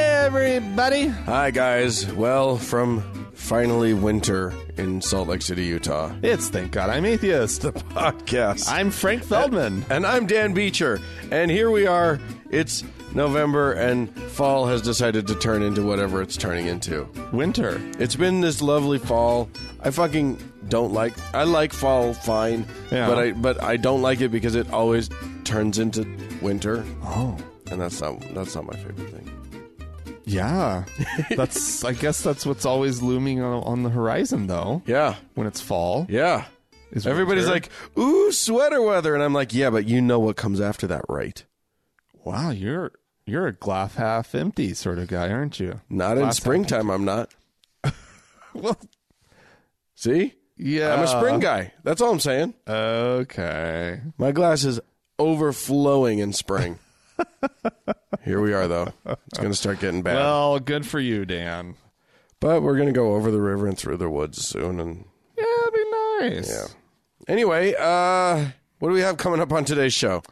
everybody. Hi, guys. Well, from finally winter in Salt Lake City, Utah. It's Thank God I'm Atheist. Podcast. I'm Frank Feldman. and I'm Dan Beecher. And here we are. It's November, and fall has decided to turn into whatever it's turning into. Winter. It's been this lovely fall. I fucking don't like. I like fall fine, Yeah. but I but I don't like it because it always turns into winter. Oh, and that's not that's not my favorite thing. Yeah. That's I guess that's what's always looming on, on the horizon though. Yeah, When it's fall. yeah. Is Everybody's winter. like, "Ooh, sweater weather," and I'm like, "Yeah, but you know what comes after that, right?" Wow, you're you're a glass half empty sort of guy, aren't you? Not in Last springtime. I'm not. Well See, Yeah. I'm a spring guy. That's all I'm saying. Okay. My glass is overflowing in spring. Here we are, though. It's going to start getting bad. Well, good for you, Dan. But we're gonna go over the river and through the woods soon. And Yeah, that'd be nice. Yeah. anyway, uh, what do we have coming up on today's show?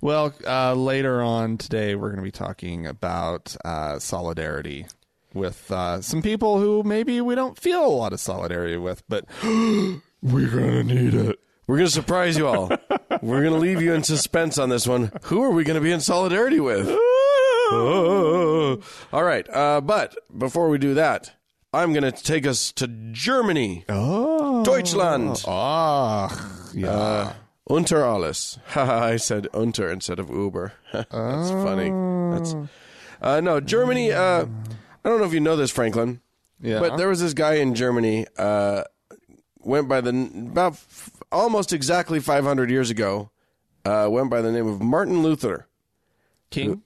Well, uh, later on today, we're going to be talking about uh, solidarity with uh, some people who maybe we don't feel a lot of solidarity with, but we're going to need it. We're gonna surprise you all. we're gonna leave you in suspense on this one. Who are we gonna be in solidarity with? Oh. All right. Uh, but before we do that, I'm gonna take us to Germany, Oh. Deutschland. Ah. Yeah. Uh, Oh. unter alles. Haha, I said unter instead of Uber. That's funny. That's Oh. uh, no Germany. Uh, I don't know if you know this, Franklin. yeah. But there was this guy in Germany, uh, went by the n- about f- almost exactly 500 years ago, uh, went by the name of Martin Luther. King?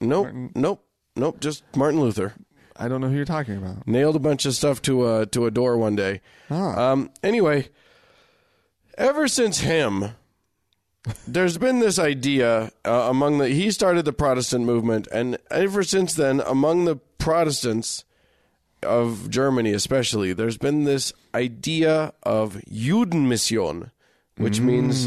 Nope, nope, nope. Just Martin Luther I don't know who you're talking about. nailed a bunch of stuff to a to a door one day. Um, anyway, ever since him, there's been this idea uh, among the he started the Protestant movement, and ever since then, among the Protestants of Germany, especially, there's been this idea of Judenmission, which means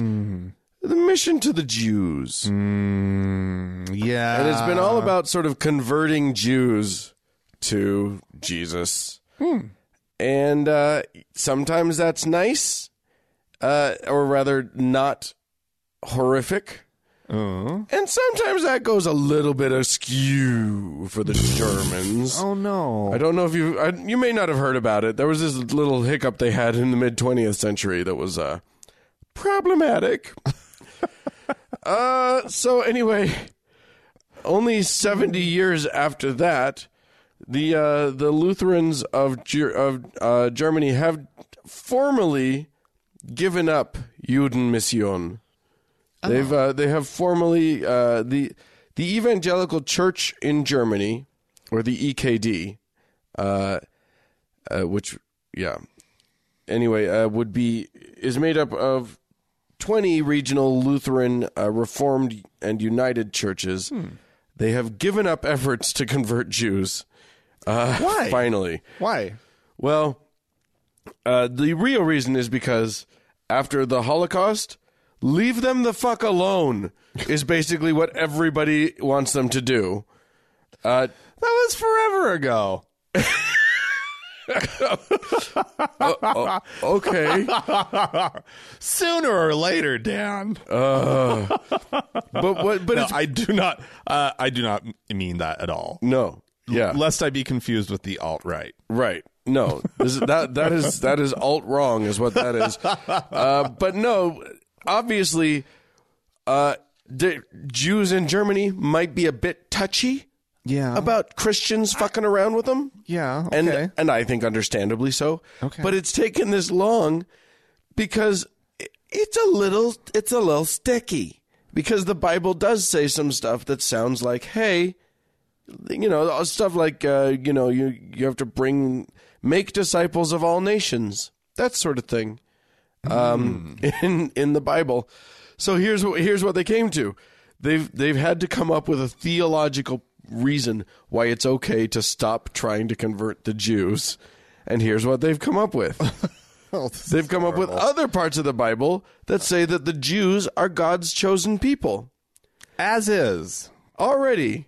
the mission to the Jews. Mm, Yeah. And it's been all about sort of converting Jews to Jesus. And uh, sometimes that's nice, uh, or rather, not horrific. Oh. And sometimes that goes a little bit askew for the Germans. Oh, no. I don't know if you I, you may not have heard about it. There was this little hiccup they had in the mid 20th century that was uh, problematic. uh, so anyway, only 70 years after that, the uh, the Lutherans of Ger- of uh, Germany have formally given up Judenmission. They've uh, they have formally uh, the the evangelical church in Germany, or the E EKD, uh, uh, which yeah, anyway uh, would be is made up of twenty regional Lutheran, uh, Reformed, and United churches. They have given up efforts to convert Jews. Uh, Why? Finally, Why? well, uh, the real reason is because after the Holocaust, leave them the fuck alone is basically what everybody wants them to do. Uh, That was forever ago. okay, Sooner or later, Dan. but what? But no, it's, I do not. Uh, I do not mean that at all. no, yeah, Lest I be confused with the alt right. Right. No, this is, that that is that is alt wrong is what that is. Uh, but no, obviously, uh, the Jews in Germany might be a bit touchy. Yeah. About Christians fucking around with them. Yeah, And okay. and I think understandably so. Okay. But it's taken this long because i- it's a little it's a little sticky because the Bible does say some stuff that sounds like hey you know stuff like uh, you know you you have to bring make disciples of all nations that sort of thing um, in in the Bible. So here's what here's what they came to. They've they've had to come up with a theological reason why it's okay to stop trying to convert the Jews. And here's what they've come up with. They've come up with other parts of the Bible that say that the Jews are God's chosen people. As is. already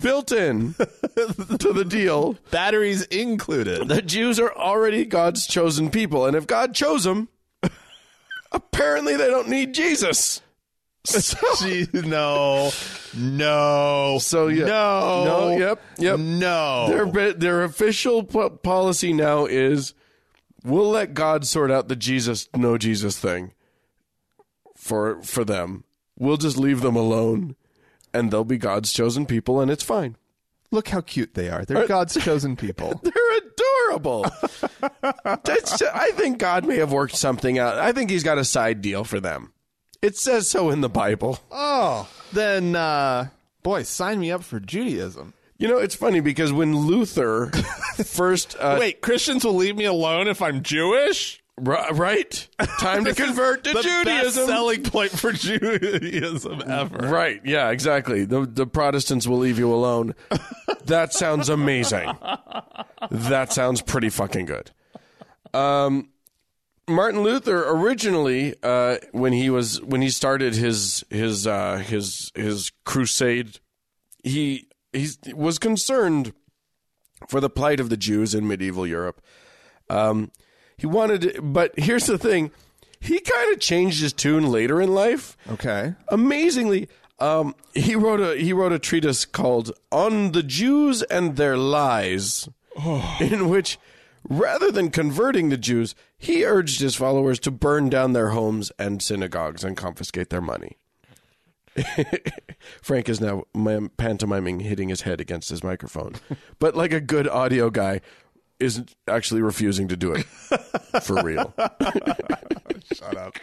built in to the deal. Batteries included. The Jews are already God's chosen people, and if God chose them, apparently they don't need Jesus. So, Gee, no, no. So, yeah. no, No, yep, yep. no. their bi- their official po- policy now is we'll let God sort out the Jesus no Jesus thing for for them. We'll just leave them alone, and they'll be God's chosen people, and it's fine. Look how cute they are. They're God's chosen people. They're adorable. That's, I think God may have worked something out. I think He's got a side deal for them. It says so in the Bible. oh, then, uh, boy, sign me up for Judaism. You know, it's funny because when Luther first uh, Wait, Christians will leave me alone if I'm Jewish? ri- right time to convert to the Judaism. best selling point for Judaism ever. Right. Yeah, exactly. The the Protestants will leave you alone. that sounds amazing. That sounds pretty fucking good. Um Martin Luther originally uh when he was when he started his his uh his his crusade he he was concerned for the plight of the Jews in medieval Europe. Um he wanted to, but here's the thing. He kind of changed his tune later in life Okay. amazingly um, he wrote a he wrote a treatise called on the jews and their lies in which rather than converting the jews he urged his followers to burn down their homes and synagogues and confiscate their money frank is now mam- pantomiming hitting his head against his microphone but like a good audio guy isn't actually refusing to do it for real Shut up.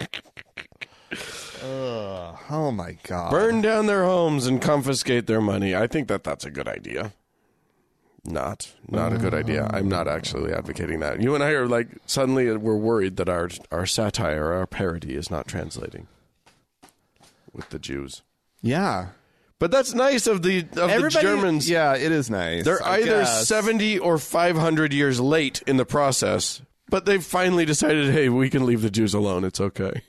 Ugh, oh my god. burn down their homes and confiscate their money. I think that that's a good idea. Not, not a good idea. I'm not actually advocating that. You and I are like suddenly we're worried that our our satire, our parody, is not translating with the Jews. yeah. But that's nice of the of Everybody- the Germans. Yeah, it is nice. They're I either guess. seventy or five hundred years late in the process, but they've finally decided, hey, we can leave the Jews alone. It's okay.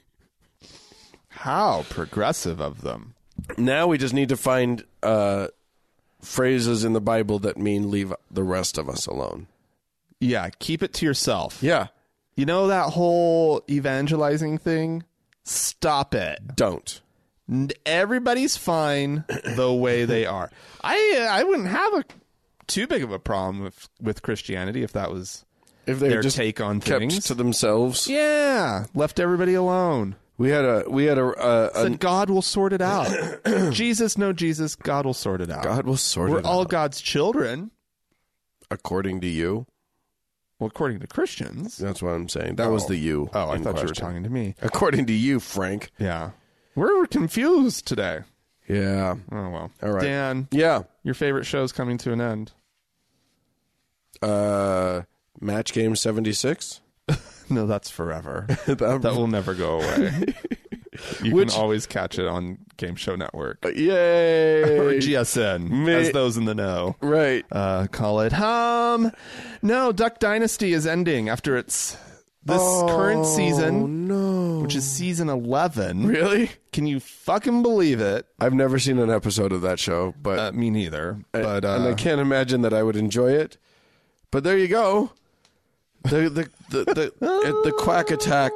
How progressive of them. Now we just need to find uh, phrases in the Bible that mean leave the rest of us alone. Yeah, keep it to yourself. Yeah. You know that whole evangelizing thing? Stop it. Don't. N- Everybody's fine the way they are. I I wouldn't have a too big of a problem with with Christianity if that was If they their just take on kept things. to themselves. yeah, left everybody alone. We had a we had a, a, a Said God will sort it out. Jesus, no Jesus, God will sort it out. God will sort We're it all out God's children. according to you. Well, according to Christians. That's what I'm saying. That was the you. Oh, I in thought you were question. talking to me. According to you, Frank. Yeah. We're confused today. Yeah. Oh well. All right. Dan, Yeah. your favorite show's coming to an end. Uh match game 76. No, that's forever. That- that will never go away. you Which- can always catch it on Game Show Network or Yay. GSN, as those in the know right. uh, call it home. No, Duck Dynasty is ending after its this current Oh season, no. which is season eleven. Really? Can you fucking believe it? I've never seen an episode of that show, but Uh, me neither. But and I uh, can't imagine that I would enjoy it. But there you go. The the the the, it, the quack attack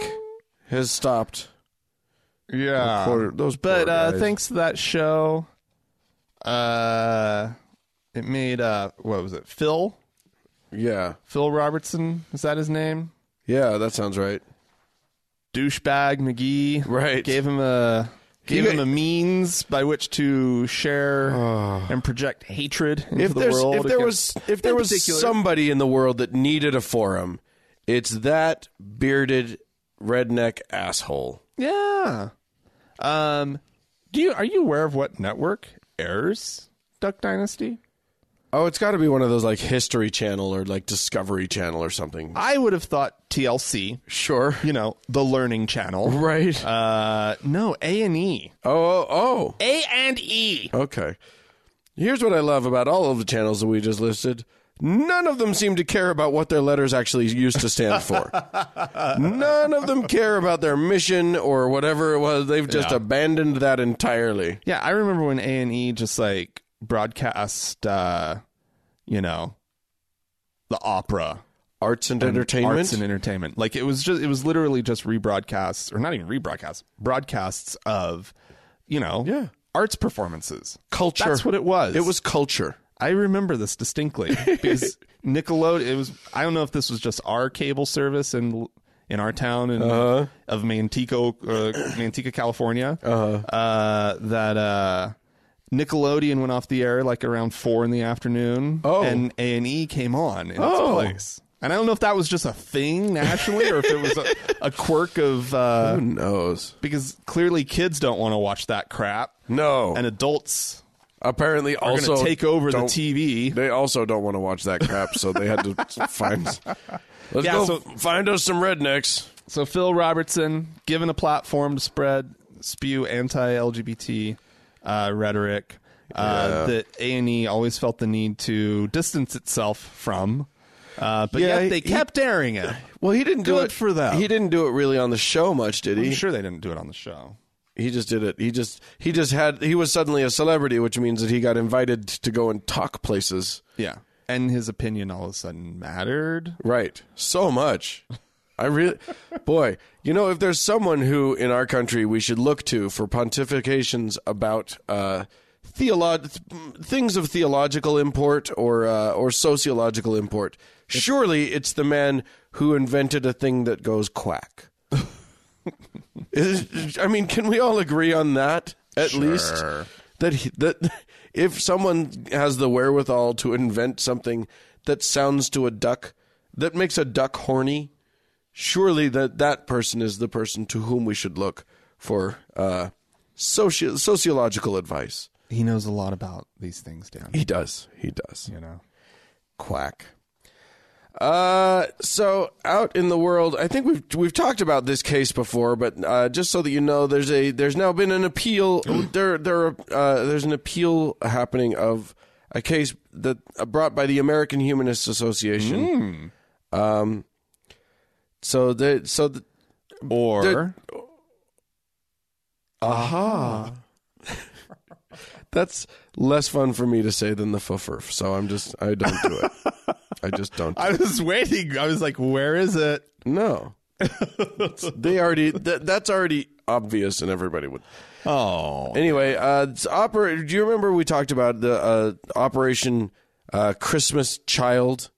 has stopped. yeah, Poor- those poor Um, but uh, guys. thanks to that show, uh, it made uh, what was it? Phil yeah Phil Robertson is that his name? yeah that sounds right. Douchebag McGee Right. gave him a gave He- him a means by which to share and project hatred into If the there's world. if there against- was if there in was particular. somebody in the world that needed a forum, it's that bearded redneck asshole. yeah. Um, do you are you aware of what network airs Duck Dynasty? Oh, it's got to be one of those like History Channel or like Discovery Channel or something. I would have thought TLC, Sure. you know, the Learning Channel. Right. Uh, no, A and E, oh, oh, A and E. oh. Okay. Here's what I love about all of the channels that we just listed. None of them seem to care about what their letters actually used to stand for. None of them care about their mission or whatever it was. They've just Yeah. abandoned that entirely. Yeah, I remember when A and E just like broadcast, uh, you know, the opera, Arts and entertainment. arts and entertainment. Like it was just, it was literally just rebroadcasts, or not even rebroadcasts, broadcasts of, you know, Yeah. arts performances. culture. That's what it was. It was culture. I remember this distinctly because Nickelodeon. It was. I don't know if this was just our cable service in in our town in Uh-huh. of Mantico, uh, Manteca, California. Uh-huh. Uh, that uh, Nickelodeon went off the air like around four in the afternoon. Oh. and A and E came on in Oh. its place. And I don't know if that was just a thing nationally or if it was a, a quirk of uh, Who knows? because clearly kids don't want to watch that crap, No. and adults apparently are going also to take over the don't- TV. They also don't want to watch that crap, so they had to find. Let's Yeah, go so- f- find us some rednecks. So Phil Robertson, given a platform to spread spew anti-LGBT uh, rhetoric uh, that A and E always felt the need to distance itself from, uh, but Yeah, yet they he- kept airing it. Well, he didn't do Good it for them. He didn't do it really on the show much, did I'm he? sure they didn't do it on the show. He just did it. He just he just had he was suddenly a celebrity, which means that he got invited to go and talk places. Yeah, and his opinion all of a sudden mattered. Right. So much. I really, boy, you know, if there's someone who in our country we should look to for pontifications about uh, theolo- th- things of theological import or uh, or sociological import, surely it's the man who invented a thing that goes quack. Is- I mean, can we all agree on that at least? Sure. That he, that if someone has the wherewithal to invent something that sounds to a duck, that makes a duck horny, surely that that person is the person to whom we should look for uh, socio- sociological advice. He knows a lot about these things, Dan. He does. He does. You know, Quack. Uh, so out in the world, I think we've we've talked about this case before, but uh, just so that you know, there's a there's now been an appeal. there there are, uh, there's an appeal happening of a case that uh, brought by the American Humanist Association. Um, so the so the, or There- that's less fun for me to say than the fuffer. So I'm just I don't do it. I just don't. do I was waiting. I was like, where is it? No. they already that, that's already obvious and everybody would. Oh, Anyway, uh it's opera do you remember we talked about the uh operation uh Christmas Child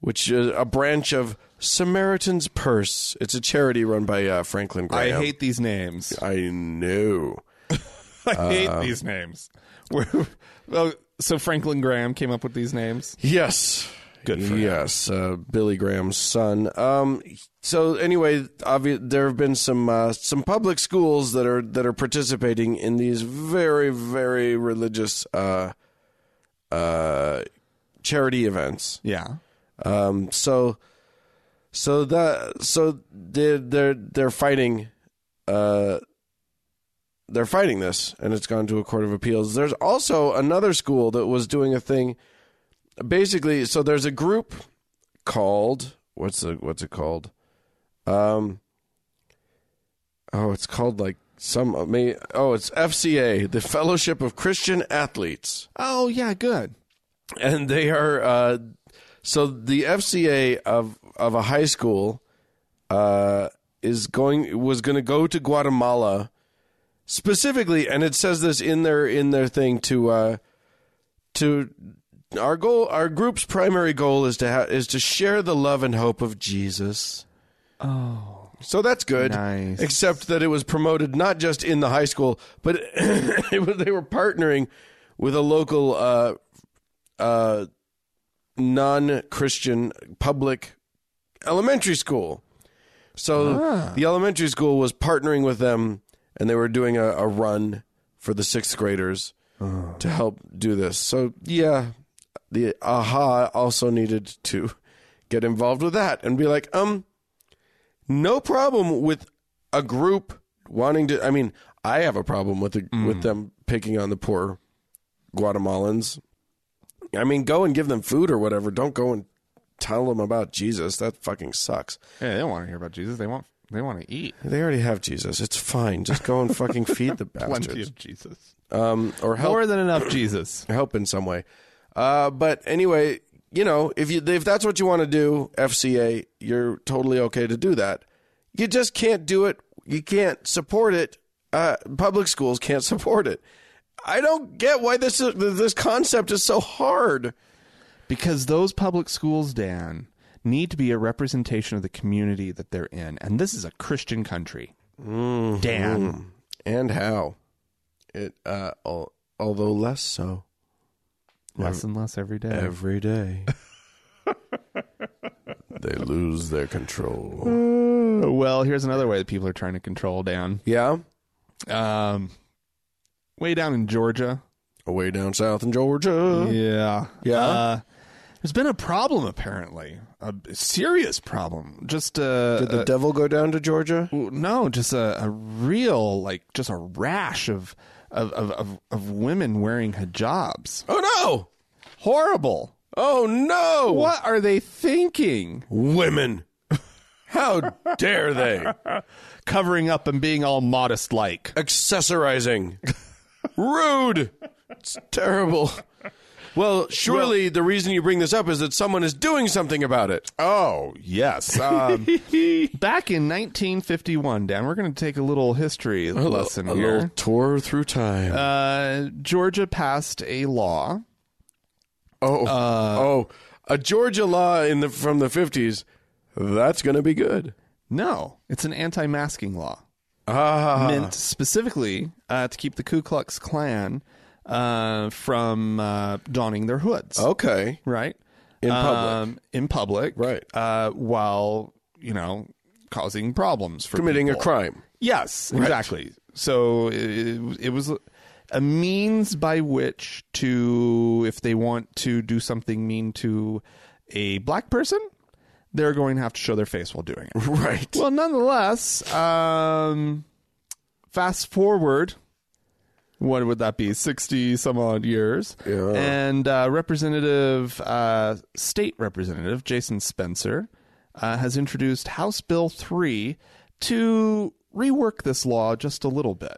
which is a branch of Samaritan's Purse. It's a charity run by uh, I Franklin Graham. hate these names. I know. I hate these names. We're- well, so Franklin Graham came up with these names. Yes. Good for him. yes, uh, Billy Graham's son. Um, so anyway, obvi- there have been some uh, some public schools that are that are participating in these very very religious uh, uh, charity events. Yeah. Um, so so that so they're they're they're fighting uh they're fighting this and it's gone to a court of appeals. There's also another school that was doing a thing basically so there's a group called what's the what's it called? Um Oh, it's called like some may oh, it's FCA, the Fellowship of Christian Athletes Oh yeah, good. and they are uh, so the FCA of of a high school uh, is going was going to go to Guatemala specifically, and it says this in their in their thing to uh, to our goal our group's primary goal is to ha- is to share the love and hope of Jesus. Oh, So that's good. Nice. Except that it was promoted not just in the high school, but it was, they were partnering with a local uh, uh, non Christian public elementary school. So the elementary school was partnering with them, and they were doing a, a run for the sixth graders to help do this. So yeah, the AHA also needed to get involved with that and be like, um, no problem with a group wanting to. I mean, I have a problem with the, with them picking on the poor Guatemalans. I mean, go and give them food or whatever. Don't go and tell them about Jesus. That fucking sucks. Yeah, they don't want to hear about Jesus. They want they want to eat They already have Jesus. It's fine. Just go and fucking feed the plenty bastards. of Jesus. Um, or help More than enough Jesus. help in some way. Uh, but anyway, you know, if you if that's what you want to do, FCA, you're totally okay to do that. You just can't do it. You can't support it. Uh, public schools can't support it. I don't get why this is, this concept is so hard. Because those public schools, Dan, need to be a representation of the community that they're in. And this is a Christian country. Mm-hmm. Dan. and how it uh al- although less so Less and less every day. every day they lose their control Uh, well, here's another way that people are trying to control Dan. yeah Um, way down in Georgia. away down south in georgia Yeah. Yeah? Uh, there's been a problem, apparently. A serious problem. Just uh, did the uh, devil go down to georgia Well, no, just a, a real like just a rash of of, of of of women wearing hijabs. oh no Horrible. oh no What are they thinking? women how dare they Covering up and being all modest like. accessorizing rude it's terrible well surely the reason you bring this up is that someone is doing something about it Oh, yes. Um, back in 1951, Dan, we're going to take a little history lesson a here. little tour through time Uh, Georgia passed a law. Oh, oh, a Georgia law in the from the fifties. That's going to be good. No, it's an anti-masking law. Ah, meant specifically uh, to keep the Ku Klux Klan uh, from uh, donning their hoods, Mm. okay. right? Oh. In public. Um, in public, Right. Uh, while you know causing problems for Committing a people. crime. Yes, exactly. So it, it was a means by which to, if they want to do something mean to a black person, they're going to have to show their face while doing it. Right. Well, nonetheless, um, fast forward, what would that be? 60 some odd years. Yeah. And uh, Representative, uh, State Representative Jason Spencer uh, has introduced House Bill 3 to rework this law just a little bit.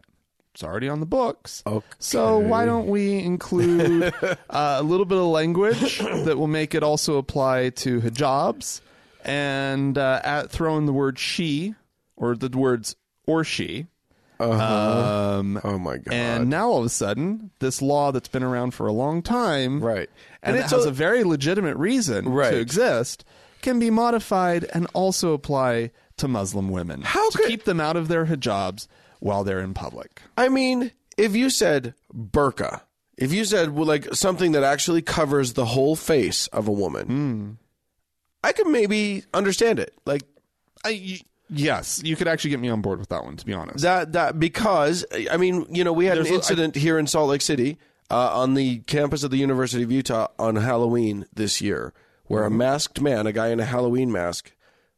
It's already on the books. Okay. So why don't we include uh, a little bit of language that will make it also apply to hijabs and uh, at, throw in the word she or the words or she. Um, oh my god. and now all of a sudden, this law that's been around for a long time, right. and, And, it it's has a, a very legitimate reason Right. to exist, can be modified and also apply to Muslim women How to could- keep them out of their hijabs while they're in public. I mean, if you said burqa, if you said well, like something that actually covers the whole face of a woman, I could maybe understand it. Like I, y- yes, you could actually get me on board with that one, to be honest. that that because I mean you know we had an incident here in Salt Lake City uh, on the campus of the University of Utah on Halloween this year, where a masked man, a guy in a Halloween mask,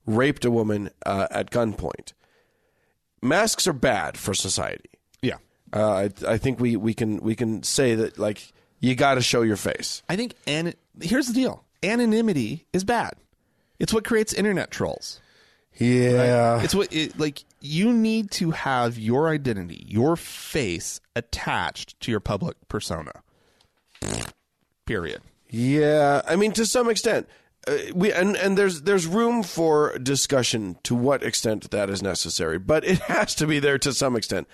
raped a woman uh, at gunpoint. Masks are bad for society. Yeah. Uh, I, I think we, we can we can say that like you got to show your face. I think, and here's the deal anonymity is bad. It's what creates internet trolls. Yeah, It's what, it, like, you need to have your identity, your face attached to your public persona. Period. Yeah, I mean to some extent, uh, we and and there's there's room for discussion to what extent that is necessary, but it has to be there to some extent.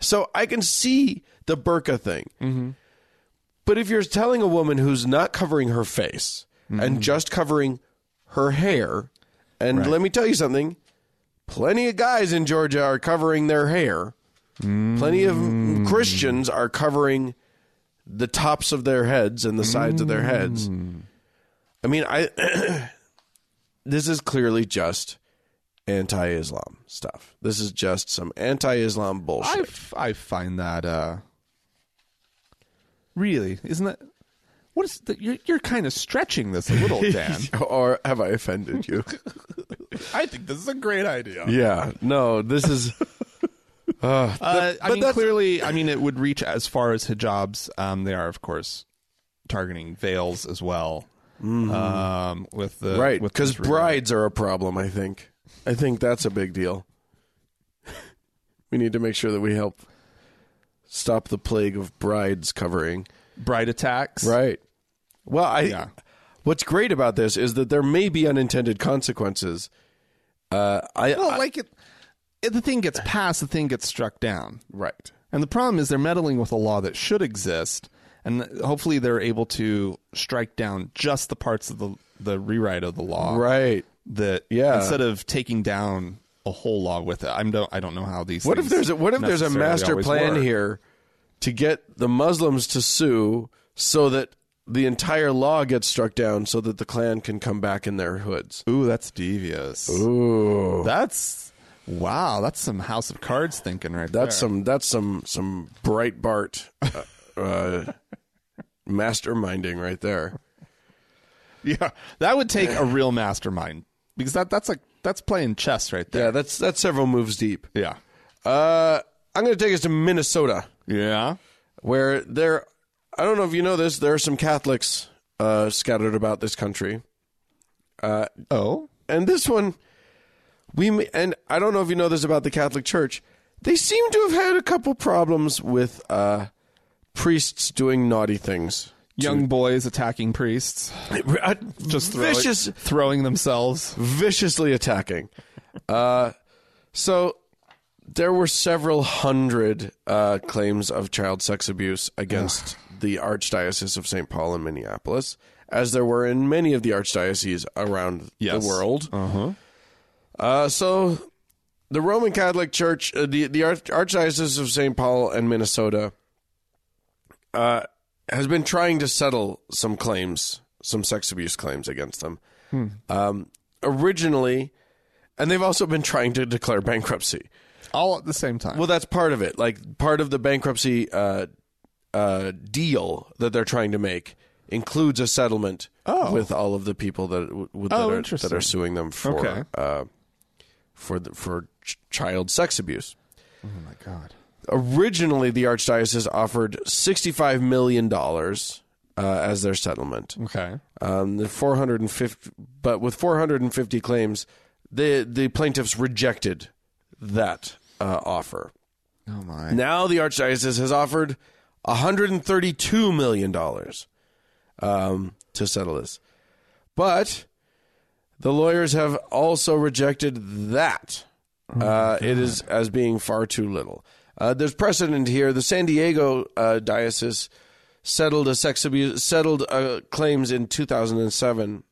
So I can see the burqa thing, but if you're telling a woman who's not covering her face and just covering her hair, and let me tell you something, plenty of guys in Georgia are covering their hair. Plenty of Christians are covering the tops of their heads and the sides of their heads. I mean, I this is clearly just anti-Islam stuff. This is just some anti-Islam bullshit. I, f- I find that, uh, really, isn't that, what is, the, you're, you're kind of stretching this a little, Dan. or have I offended you? I think this is a great idea. yeah. No, this is Uh, I but mean, that's- clearly, I mean, it would reach as far as hijabs. Um, they are, of course, targeting veils as well. Um, with the right? with Because this ruling. brides are a problem. I think. I think that's a big deal. we need to make sure that we help stop the plague of brides covering. bride attacks. Right. Well, I. Yeah. What's great about this is that there may be unintended consequences. Uh, I, Well, I- like it, if the thing gets passed, the thing gets struck down. right. And the problem is they're meddling with a law that should exist, and hopefully they're able to strike down just the parts of the the rewrite of the law Right. that Yeah. instead of taking down a whole law with it. I'm don't I don't know how these. What if there's a, what if there's a master plan here to get the Muslims to sue so that the entire law gets struck down so that the Klan can come back in their hoods? Ooh, that's devious. Ooh, That's wow. That's some House of Cards thinking right that's there. some that's some some Breitbart uh, uh, masterminding right there. yeah. That would take a real mastermind because that that's like that's playing chess right there. Yeah, that's that's several moves deep. Yeah. Uh, I'm going to take us to Minnesota. Yeah. where there I don't know if you know this, there are some Catholics uh, scattered about this country. Oh. And this one we m- and I don't know if you know this about the Catholic Church, they seem to have had a couple problems with uh, priests doing naughty things. Young boys attacking priests. Just throwing- vicious throwing themselves. viciously attacking. Uh, so there were several hundred uh, claims of child sex abuse against the Archdiocese of St. Paul in Minneapolis, as there were in many of the archdioceses around Yes. the world. Uh-huh. Uh, so the Roman Catholic Church, uh, the the Arch- Archdiocese of St. Paul and Minnesota, uh, has been trying to settle some claims, some sex abuse claims against them. Um, originally, and they've also been trying to declare bankruptcy. All at the same time. Well, that's part of it. Like part of the bankruptcy uh, uh, deal that they're trying to make includes a settlement Oh. with all of the people that w- w- that, Oh, are, that interesting. are suing them for Okay. uh, for the, for ch- child sex abuse. oh my god. Originally, the archdiocese offered sixty-five million dollars uh, as their settlement. Okay. Um, the 450, but with 450 claims, the the plaintiffs rejected that uh, offer. Oh my. Now the archdiocese has offered 132 million dollars um, to settle this, but the lawyers have also rejected that. Uh, it is as being far too little. Uh, there's precedent here. The San Diego uh, diocese settled a sex abuse settled uh, claims in 2007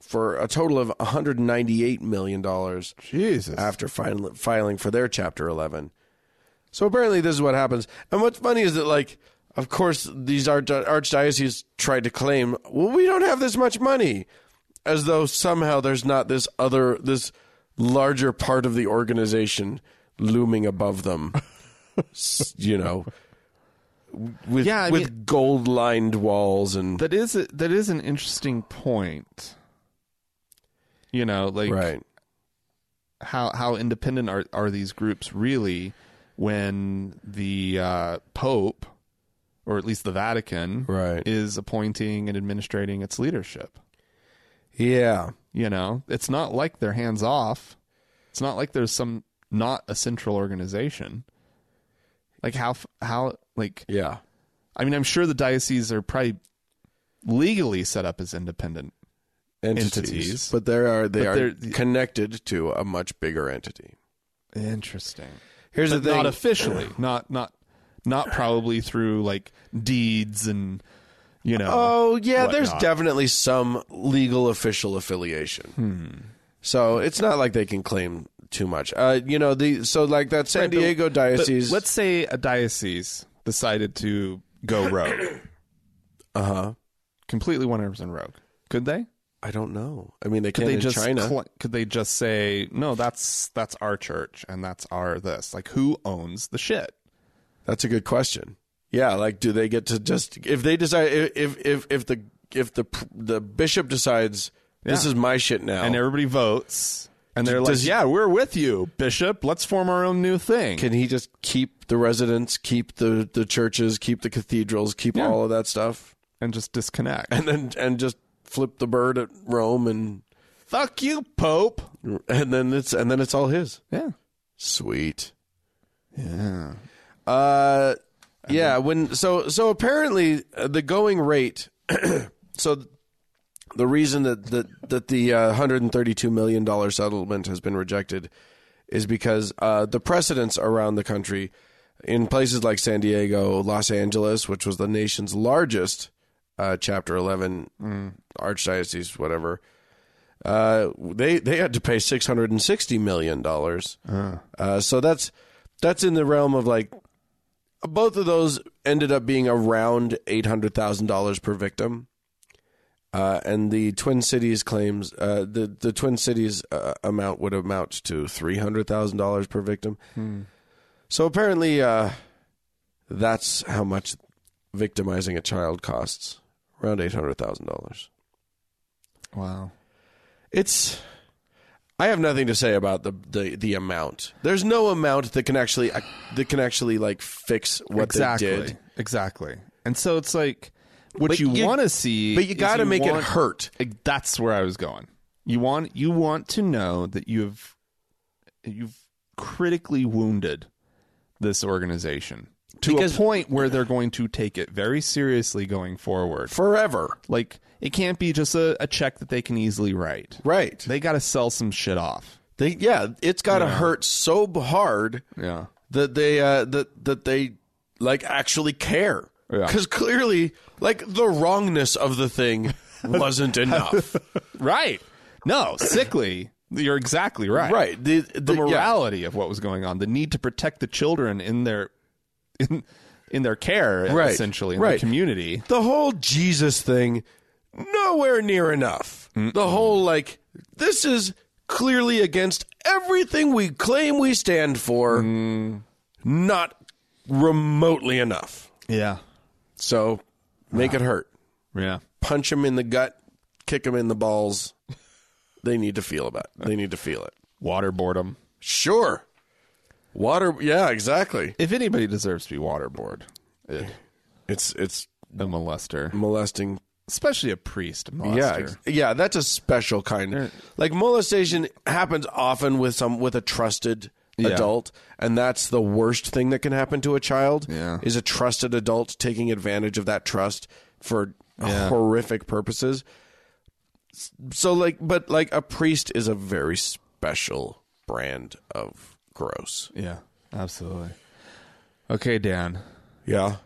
for a total of 198 million dollars Jesus. after fil- filing for their Chapter 11. So apparently, this is what happens. And what's funny is that, like, of course, these arch- archdioceses tried to claim, well, we don't have this much money, as though somehow there's not this other, this larger part of the organization looming above them, S- you know, with, Yeah, I with gold lined walls and. That is a, that is an interesting point. You know, like right. how how independent are are these groups really when the uh, Pope or at least the Vatican Right. is appointing and administrating its leadership. Yeah. You know, it's not like they're hands off. It's not like there's some not a central organization. Like how f- how like Yeah. I mean, I'm sure the dioceses are probably legally set up as independent. Entities, Entities. but they are they But are they're- connected to a much bigger entity. Interesting. Here's But the thing. not officially, not not not probably through like deeds and you know. oh yeah, whatnot. there's definitely some legal official affiliation. Hmm. So it's not like they can claim too much. Uh, you know the so like that San Right, but- Diego But diocese. let's say a diocese decided to go rogue, uh huh. completely 100% rogue. Could they? I don't know. I mean, they Could can they in just China. cl- could they just say no? That's that's our church and that's our this. Like who owns the shit? That's a good question. Yeah, like do they get to just if they decide if if if the if the the bishop decides this Yeah. is my shit now And everybody votes, And they're like, Oh. Does- yeah, we're with you, Bishop. Let's form our own new thing. Can he just keep the residents, keep the, the churches, keep the cathedrals, keep all of that stuff, and just disconnect. and then and just flip the bird at Rome and Fuck you, Pope. and then it's and then it's all his. Yeah. Sweet. Yeah. Uh, yeah. When so so apparently uh, the going rate. so th- the reason that that that the uh, 132 million dollar settlement has been rejected is because uh, the precedents around the country, in places like San Diego, Los Angeles, which was the nation's largest uh, Chapter 11 archdiocese, whatever. Uh, they they had to pay six hundred and sixty million dollars. Uh, so that's that's in the realm of like both of those ended up being around eight hundred thousand dollars per victim. Uh, and the Twin Cities claims uh, the the Twin Cities uh, amount would amount to three hundred thousand dollars per victim. So apparently, uh, that's how much victimizing a child costs around eight hundred thousand dollars. Wow. It's. I have nothing to say about the, the the amount. There's no amount that can actually uh, that can actually like fix what exactly. they did. Exactly. And so it's like what But you, you- want to see, But you is got to make it want- hurt. Like, That's where I was going. You want you want to know that you've you've critically wounded this organization to Because- a point where they're going to take it very seriously going forward. forever. Like it can't be just a, a check that they can easily write. Right. They got to sell some shit off. They, yeah, it's got to hurt so b- hard Yeah. that they uh, that that they like actually care. Yeah. Because clearly, like the wrongness of the thing wasn't enough. Right. No, sickly. You're exactly right. right. The, the, The yeah. morality of what was going on, the need to protect the children in their in in their care, Right. essentially, in Right. their community. the whole Jesus thing, nowhere near enough. The whole like this is clearly against everything we claim we stand for. Mm. Not remotely enough. Yeah. So make it hurt. Yeah. punch them in the gut, kick them in the balls. They need to feel about. They need to feel it. Waterboard them. Sure. Water. Yeah, exactly. If anybody deserves to be waterboard, It's it's a molester, molesting. especially a priest a molester. Yeah, ex- yeah. That's a special kind. Like molestation happens often with some with a trusted adult, and that's the worst thing that can happen to a child. Yeah. Is a trusted adult taking advantage of that trust for horrific purposes. so like but like a priest is a very special brand of gross yeah. Absolutely. Okay, Dan. yeah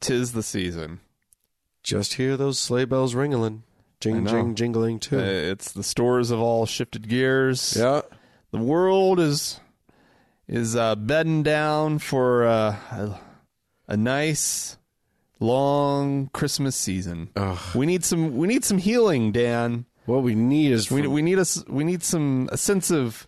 Tis the season. just hear those sleigh bells ringling jing jing jingling too Uh, It's the stores have all shifted gears. yeah the world is is uh, bedding down for uh, a, a nice long Christmas season. We need some we need some healing, Dan. what we need is We we need us we need some a sense of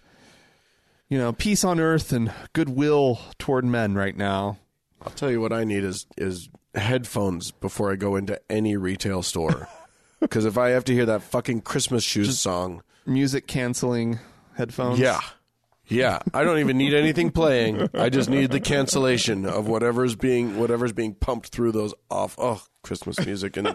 you know peace on earth and goodwill toward men right now. i'll tell you what i need is is headphones before i go into any retail store because if i have to hear that fucking christmas shoes song Music canceling headphones. yeah yeah i don't even need anything playing i just need the cancellation of whatever's being whatever's being pumped through those off oh christmas music in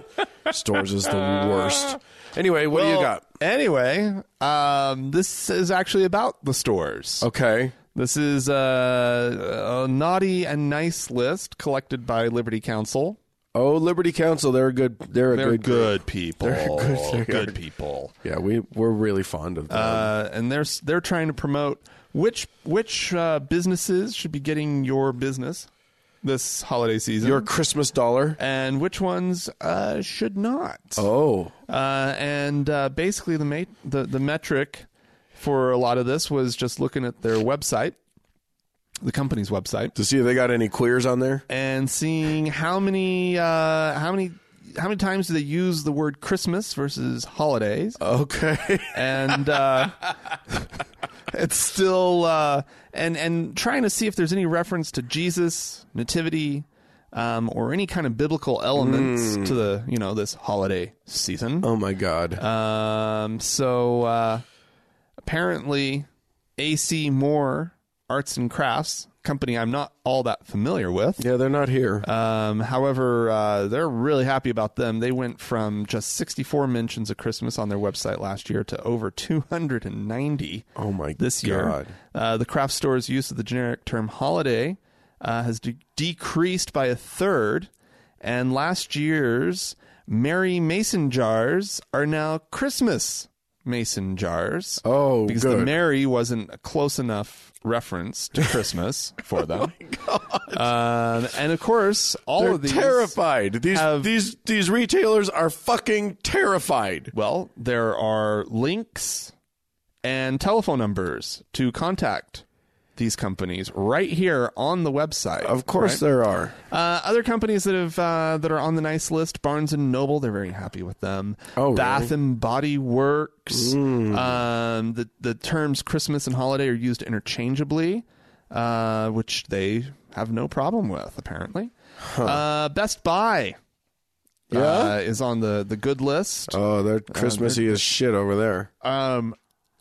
stores is the worst anyway what do you got Anyway, um, this is actually about the stores. okay This is uh, a, a naughty and nice list collected by Liberty Council. oh liberty council they're a good they're a They're good, good, people. good, people. yeah we we're really fond of them Uh, and they're s- they're trying to promote which which uh, businesses should be getting your business this holiday season, your christmas dollar and which ones uh, should not. oh Uh, and uh, basically, the, ma- the the metric for a lot of this was just looking at their website, the company's website, to see if they got any queers on there and seeing how many uh, how many how many times do they use the word Christmas versus holidays, okay and uh, it's still uh, and and trying to see if there's any reference to Jesus, nativity, um, or any kind of biblical elements to the you Uh, know this holiday season. oh my god Um, so uh, apparently AC Moore Arts and Crafts, company I'm not all that familiar with, Yeah, they're not here. um, however, uh, they're really happy about them. They went from just 64 mentions of Christmas on their website last year to over 290 oh my this year. God. Uh, the craft store's use of the generic term holiday uh, has de- decreased by a third, and last year's Merry Mason jars are now Christmas Mason jars. Oh, because good. the Mary wasn't a close enough reference to Christmas Oh for them. Um, and of course, all they're of these. terrified. These have- these these retailers are fucking terrified. Well, there are links and telephone numbers to contact these companies right here on the website. Of course there are. Uh, other companies that have uh, that are on the nice list: Barnes and Noble. They're very happy with them. Oh, really? Hmm. Bath and Body Works. Um, the the terms Christmas and holiday are used interchangeably, uh, which they have no problem with apparently. Uh, Best Buy. Uh, is on the the good list. Oh, they're Uh, Christmassy as shit over there. Um,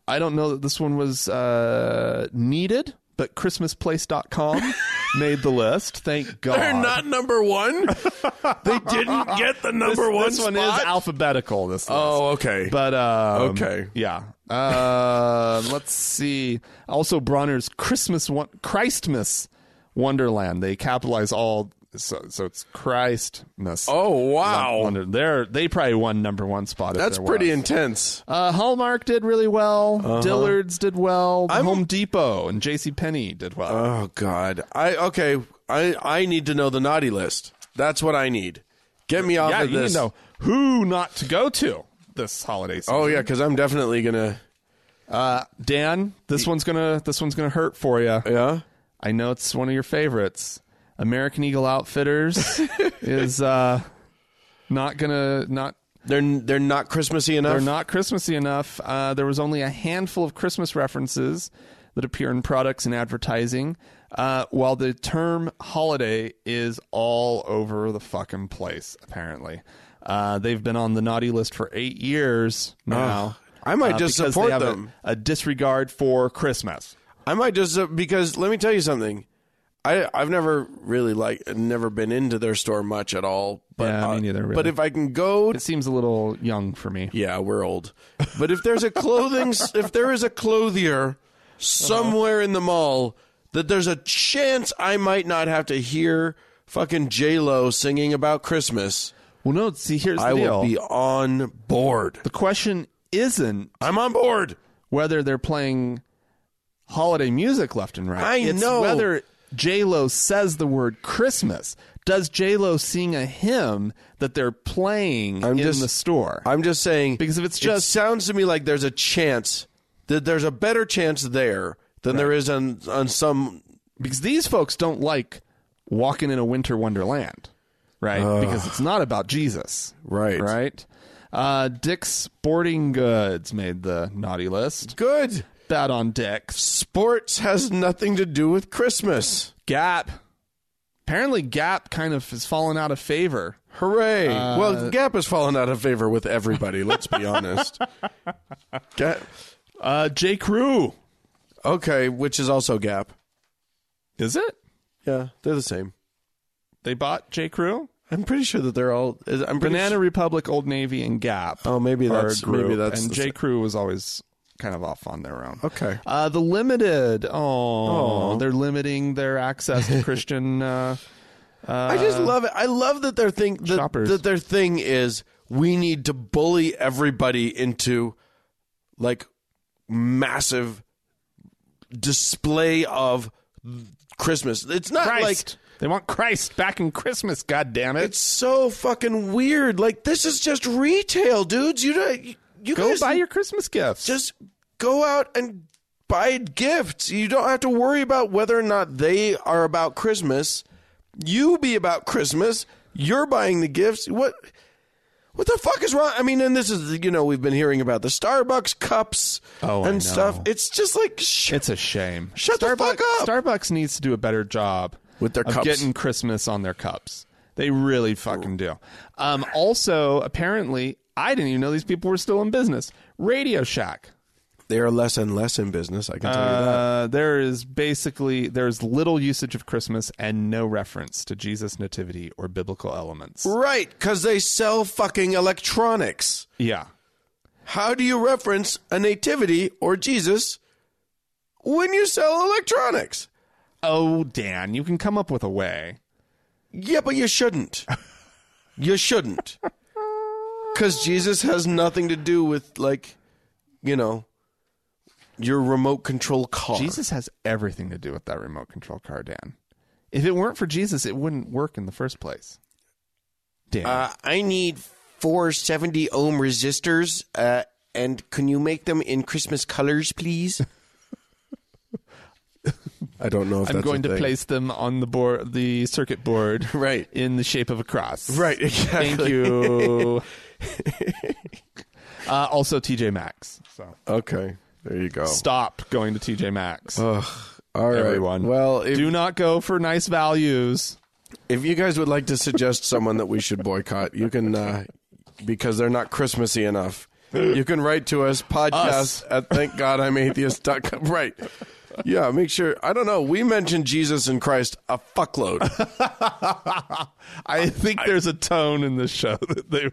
I don't know that this one was uh, needed, but ChristmasPlace.com made the list. Thank God. They're not number one. they didn't get the number this, one. this one spot? is alphabetical. This list. Oh, okay. but um, Okay. yeah. Um let's see. Also, Bronner's Christmas one, Christmas Wonderland. They capitalize all, so, so it's Christmas. oh, wow. Wonder- They're they probably won number one spot. if That's there pretty was. intense. Uh, Hallmark did really well. Uh-huh. Dillard's did well. Home Depot and J.C. Penney did well. Oh God. I okay. I I need to know the naughty list. That's what I need. Get me off yeah, of you need this. to know who not to go to this holiday season. Oh yeah, because I'm definitely gonna. Uh, Dan, this one's gonna this one's gonna hurt for you. Yeah. I know it's one of your favorites. American Eagle Outfitters is uh, not gonna not They're they're not Christmassy enough. they're not Christmassy enough. Uh, there was only a handful of Christmas references that appear in products and advertising, uh, while the term holiday is all over the fucking place. Apparently, uh, they've been on the naughty list for eight years now. I might uh, just because support they have a- them. A, disregard for Christmas. I might just uh, because let me tell you something. I I've never really like never been into their store much at all. But Yeah, me neither, really. But if I can go, It seems a little young for me. yeah, we're old. But if there's a clothing, s- if there is a clothier somewhere in the mall, that there's a chance I might not have to hear fucking J Lo singing about Christmas. Well, no. See, here's the I deal. will be on board. the question isn't I'm on board. whether they're playing holiday music left and right. I it's know. whether J Lo says the word Christmas. Does J Lo sing a hymn that they're playing in just- the store? I'm just saying Because if it's it just- sounds to me like there's a chance that there's a better chance there than there is on on some because these folks don't like walking in a winter wonderland, right? because it's not about Jesus, Right. Right. Uh, Dick's Sporting Goods made the naughty list. good Bad on Dick's. sports has nothing to do with Christmas. Gap. Apparently, Gap kind of has fallen out of favor. Hooray! Uh, well, Gap has fallen out of favor with everybody. Let's be honest. Gap, Uh, J. Crew. okay, which is also Gap. Is it? Yeah, they're the same. They bought J. Crew, I'm pretty sure that they're all. is- I'm pretty Banana Republic, Old Navy, and Gap. Oh, maybe are a that's- maybe group, that's and the J. same. Crew was always kind of off on their own. Okay. Uh, the Limited. Oh, they're limiting their access to Christian. Uh, I just love it. I love that their thing that, Shoppers. that their thing is we need to bully everybody into like massive display of Christmas. It's not like they want Christ back in Christmas. God damn it! it's so fucking weird. Like this is just retail, dudes. You don't you Go guys buy your Christmas gifts. just go out and buy gifts. You don't have to worry about whether or not they are about Christmas. You be about Christmas. You're buying the gifts. What what the fuck is wrong? I mean, and this is you know, we've been hearing about the Starbucks cups Oh, I and know. stuff. It's just like sh- it's a shame. Shut the fuck up. Starbucks needs to do a better job With their of cups. getting Christmas on their cups. They really fucking do. Um, also, apparently, I didn't even know these people were still in business. Radio Shack. They are less and less in business. I can tell you that. Uh, there is basically there's little usage of Christmas and no reference to Jesus nativity or biblical elements. Right, because they sell fucking electronics. Yeah. How do you reference a nativity or Jesus when you sell electronics? Oh, Dan, you can come up with a way. Yeah, but you shouldn't. You shouldn't. Because Jesus has nothing to do with, like, you know, your remote control car. Jesus has everything to do with that remote control car, Dan. If it weren't for Jesus, it wouldn't work in the first place. Dan, Uh, I need 470 ohm resistors, uh, and can you make them in Christmas colors, please? I don't know if I'm going to place them on the board, the circuit board, Right. in the shape of a cross. Right, exactly. Thank you. uh, also, TJ Maxx. So Okay, there you go. stop going to TJ Maxx. Ugh. All right. Everyone. Well, if, Do not go for nice values. if you guys would like to suggest someone that we should boycott, you can, uh, because they're not Christmassy enough. You can write to us Us. podcast at thankgodimatheist.com. Right. Yeah, make sure. I don't know. We mentioned Jesus and Christ a fuckload. I think there's a tone in this show that they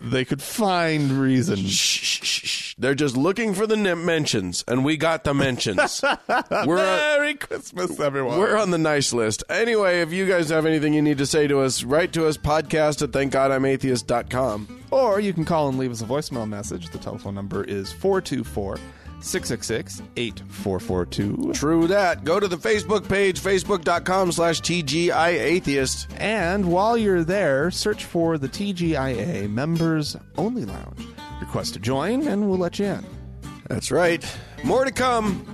they could find reason. Shh, shh, shh. They're just looking for the n- mentions, and we got the mentions. we're on, Merry Christmas, everyone. we're on the nice list. Anyway, if you guys have anything you need to say to us, write to us podcast at thankgodimatheist.com. Or you can call and leave us a voicemail message. The telephone number is 424 666 8442. True that. Go to the Facebook page, facebook.com slash TGI Atheist. And while you're there, search for the TGIA Members Only Lounge. Request to join, and we'll let you in. That's right. More to come.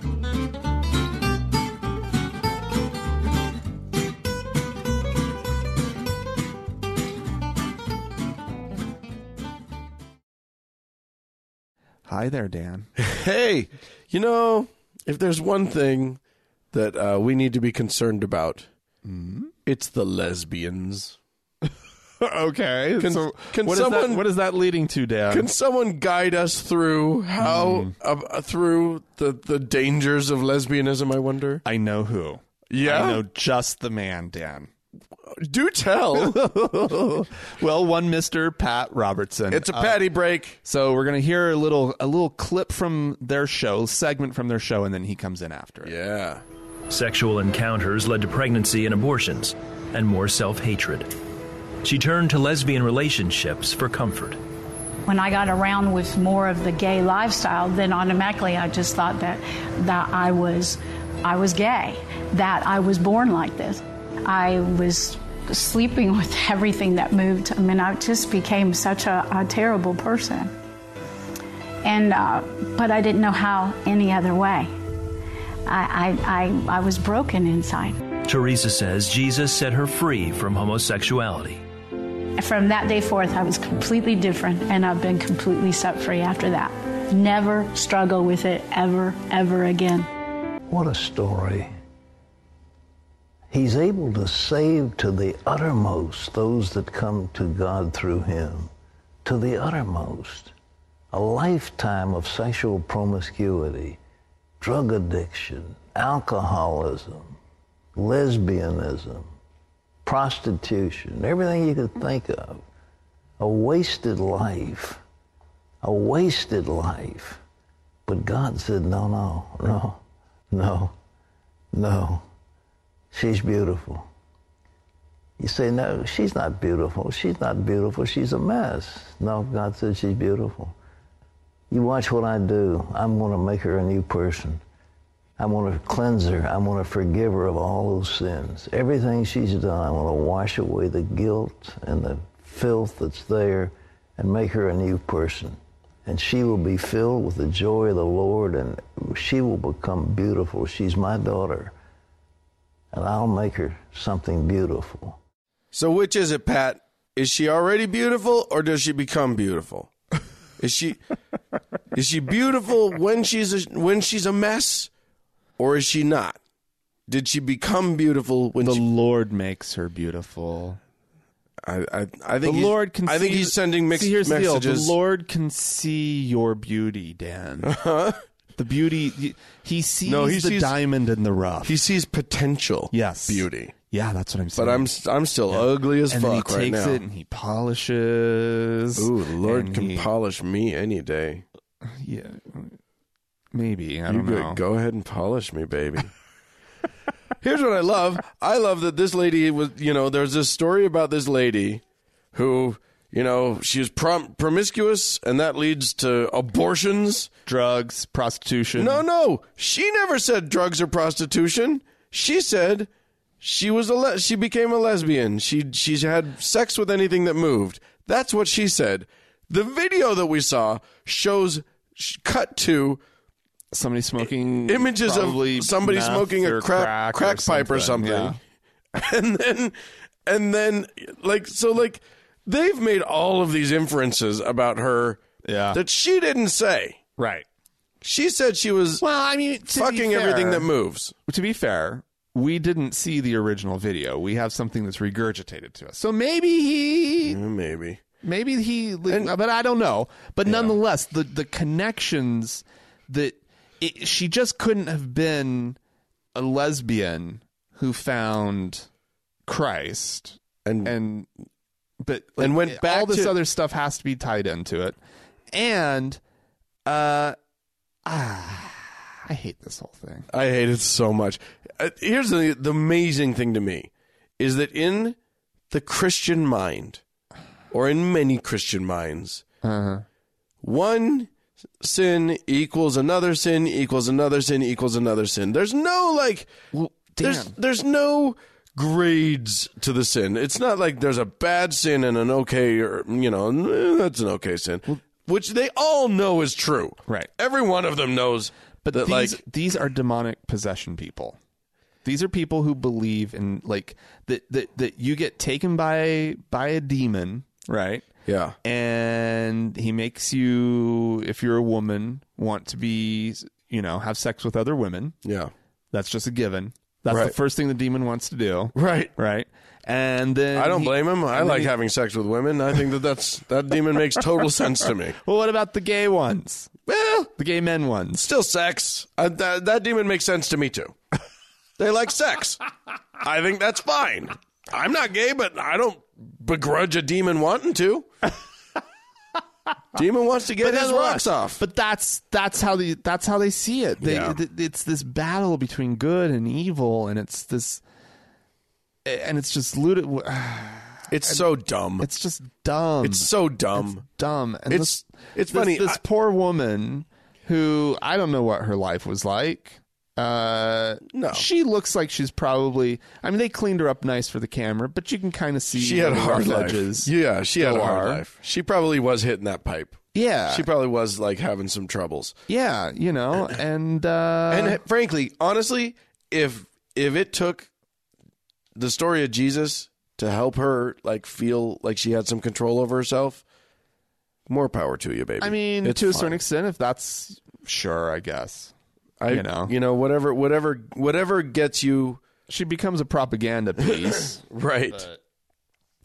Hi there, Dan. Hey, you know, if there's one thing that uh, we need to be concerned about, Mm-hmm. it's the lesbians. okay. so what, what is is that- what that leading to, Dan? Can someone guide us through how Mm. uh, through the the dangers of lesbianism? I wonder. I know who. Yeah? I know just the man, Dan. Do tell. Well, one Mr. Pat Robertson. Uh, it's a patty break. so we're gonna hear a little a little clip from their show, segment from their show, and then he comes in after it. Yeah. Sexual encounters led to pregnancy and abortions, and more self hatred. She turned to lesbian relationships for comfort. when I got around with more of the gay lifestyle, then automatically I just thought that that I was I was gay, that I was born like this. I was sleeping with everything that moved. I mean, I just became such a, a terrible person. And uh, but I didn't know how any other way. I, I, I, I was broken inside. Teresa says Jesus set her free from homosexuality. From that day forth, I was completely different, and I've been completely set free after that. Never struggle with it ever, ever again. What a story. He's able to save to the uttermost those that come to God through him. To the uttermost. A lifetime of sexual promiscuity, drug addiction, alcoholism, lesbianism, prostitution, everything you could think of. A wasted life. A wasted life. But God said, no, no, no, no, no. She's beautiful. You say, no, she's not beautiful. She's not beautiful. She's a mess. No, God said she's beautiful. You watch what I do. I'm going to make her a new person. I'm going to cleanse her. I'm going to forgive her of all those sins. Everything she's done, I'm going to wash away the guilt and the filth that's there and make her a new person. And she will be filled with the joy of the Lord and she will become beautiful. She's my daughter. And I'll make her something beautiful. So which is it, Pat? Is she already beautiful, or does she become beautiful? Is she is she beautiful when she's a, when she's a mess, or is she not? Did she become beautiful when The she? Lord makes her beautiful. I, I, I The think he's- Lord can. I think see- he's sending mixed see, here's the deal. messages. The Lord can see your beauty, Dan. the beauty. He sees Uh-huh. No, he the sees- diamond in the rough. He sees potential. yes, Beauty. Yeah, that's what I'm saying. But I'm I'm still ugly as and then he fuck right takes now. it and he polishes. Ooh, the Lord and can he- polish me any day. Yeah, maybe I You don't go, know. go ahead and polish me, baby. Here's what I love. I love that this lady was, you know, there's this story about this lady who, you know, she's prom- promiscuous and that leads to abortions. Drugs, prostitution. No, no. She never said drugs or prostitution. She said she was a le- she became a lesbian. She she had sex with anything that moved. That's what she said. The video that we saw shows sh- cut to somebody smoking images probably of somebody meth smoking a or crack crack, pipe or something. Yeah. And then and then like so like they've made all of these inferences about her Yeah. that she didn't say. Right. She said she was Well, I mean, to be fucking everything fair- that moves. to be fair, we didn't see the original video. We have something that's regurgitated to us. So maybe he, Maybe. maybe he, but I don't know. But nonetheless, the the connections that it, she just couldn't have been a lesbian who found Christ And, and but And went back all this to- other stuff has to be tied into it and uh ah, i hate this whole thing I hate it so much. Uh, Here's the, the amazing thing to me is that in the Christian mind, or in many Christian minds, Uh-huh. one sin equals another sin equals another sin equals another sin. There's no like, there's damn. there's no grades to the sin. It's not like there's a bad sin and an okay, or you know, "Eh, that's an okay sin, which they all know is true. Right. Every one of them knows. but that these, like these are demonic possession people these are people who believe in like that that that you get taken by by a demon right Yeah. and he makes you if you're a woman want to be you know have sex with other women Yeah. that's just a given that's the Right. first thing the demon wants to do Right. right? And then I don't he- blame him. I and then like he- having sex with women. I think that that's that demon makes total sense to me. Well, what about the gay ones? Well, The gay men ones. still sex. Uh, that that demon makes sense to me too. They like sex. I think that's fine. I'm not gay, but I don't begrudge a demon wanting to. Demon wants to get his nonetheless, rocks off. But that's that's how the that's how they see it. They, Yeah. th- it's this battle between good and evil, and it's this, and it's just lud. it's so dumb. It's, It's just dumb. so dumb. dumb. And this- It's- it's this- funny. This I- poor woman, who I don't know what her life was like. Uh, No. she looks like she's probably. I mean, they cleaned her up nice for the camera, but you can kind of see she had a where the hard rough life. edges Yeah, she had a still hard are. life. She probably was hitting that pipe. Yeah, She probably was like having some troubles. yeah, you know, and uh, and h- frankly, honestly, if if it took the story of Jesus to help her like feel like she had some control over herself, more power to you, baby. I mean, It's to a fine. certain extent, if that's sure, I guess I, you know. you know, whatever, whatever, whatever gets you she becomes a propaganda piece right.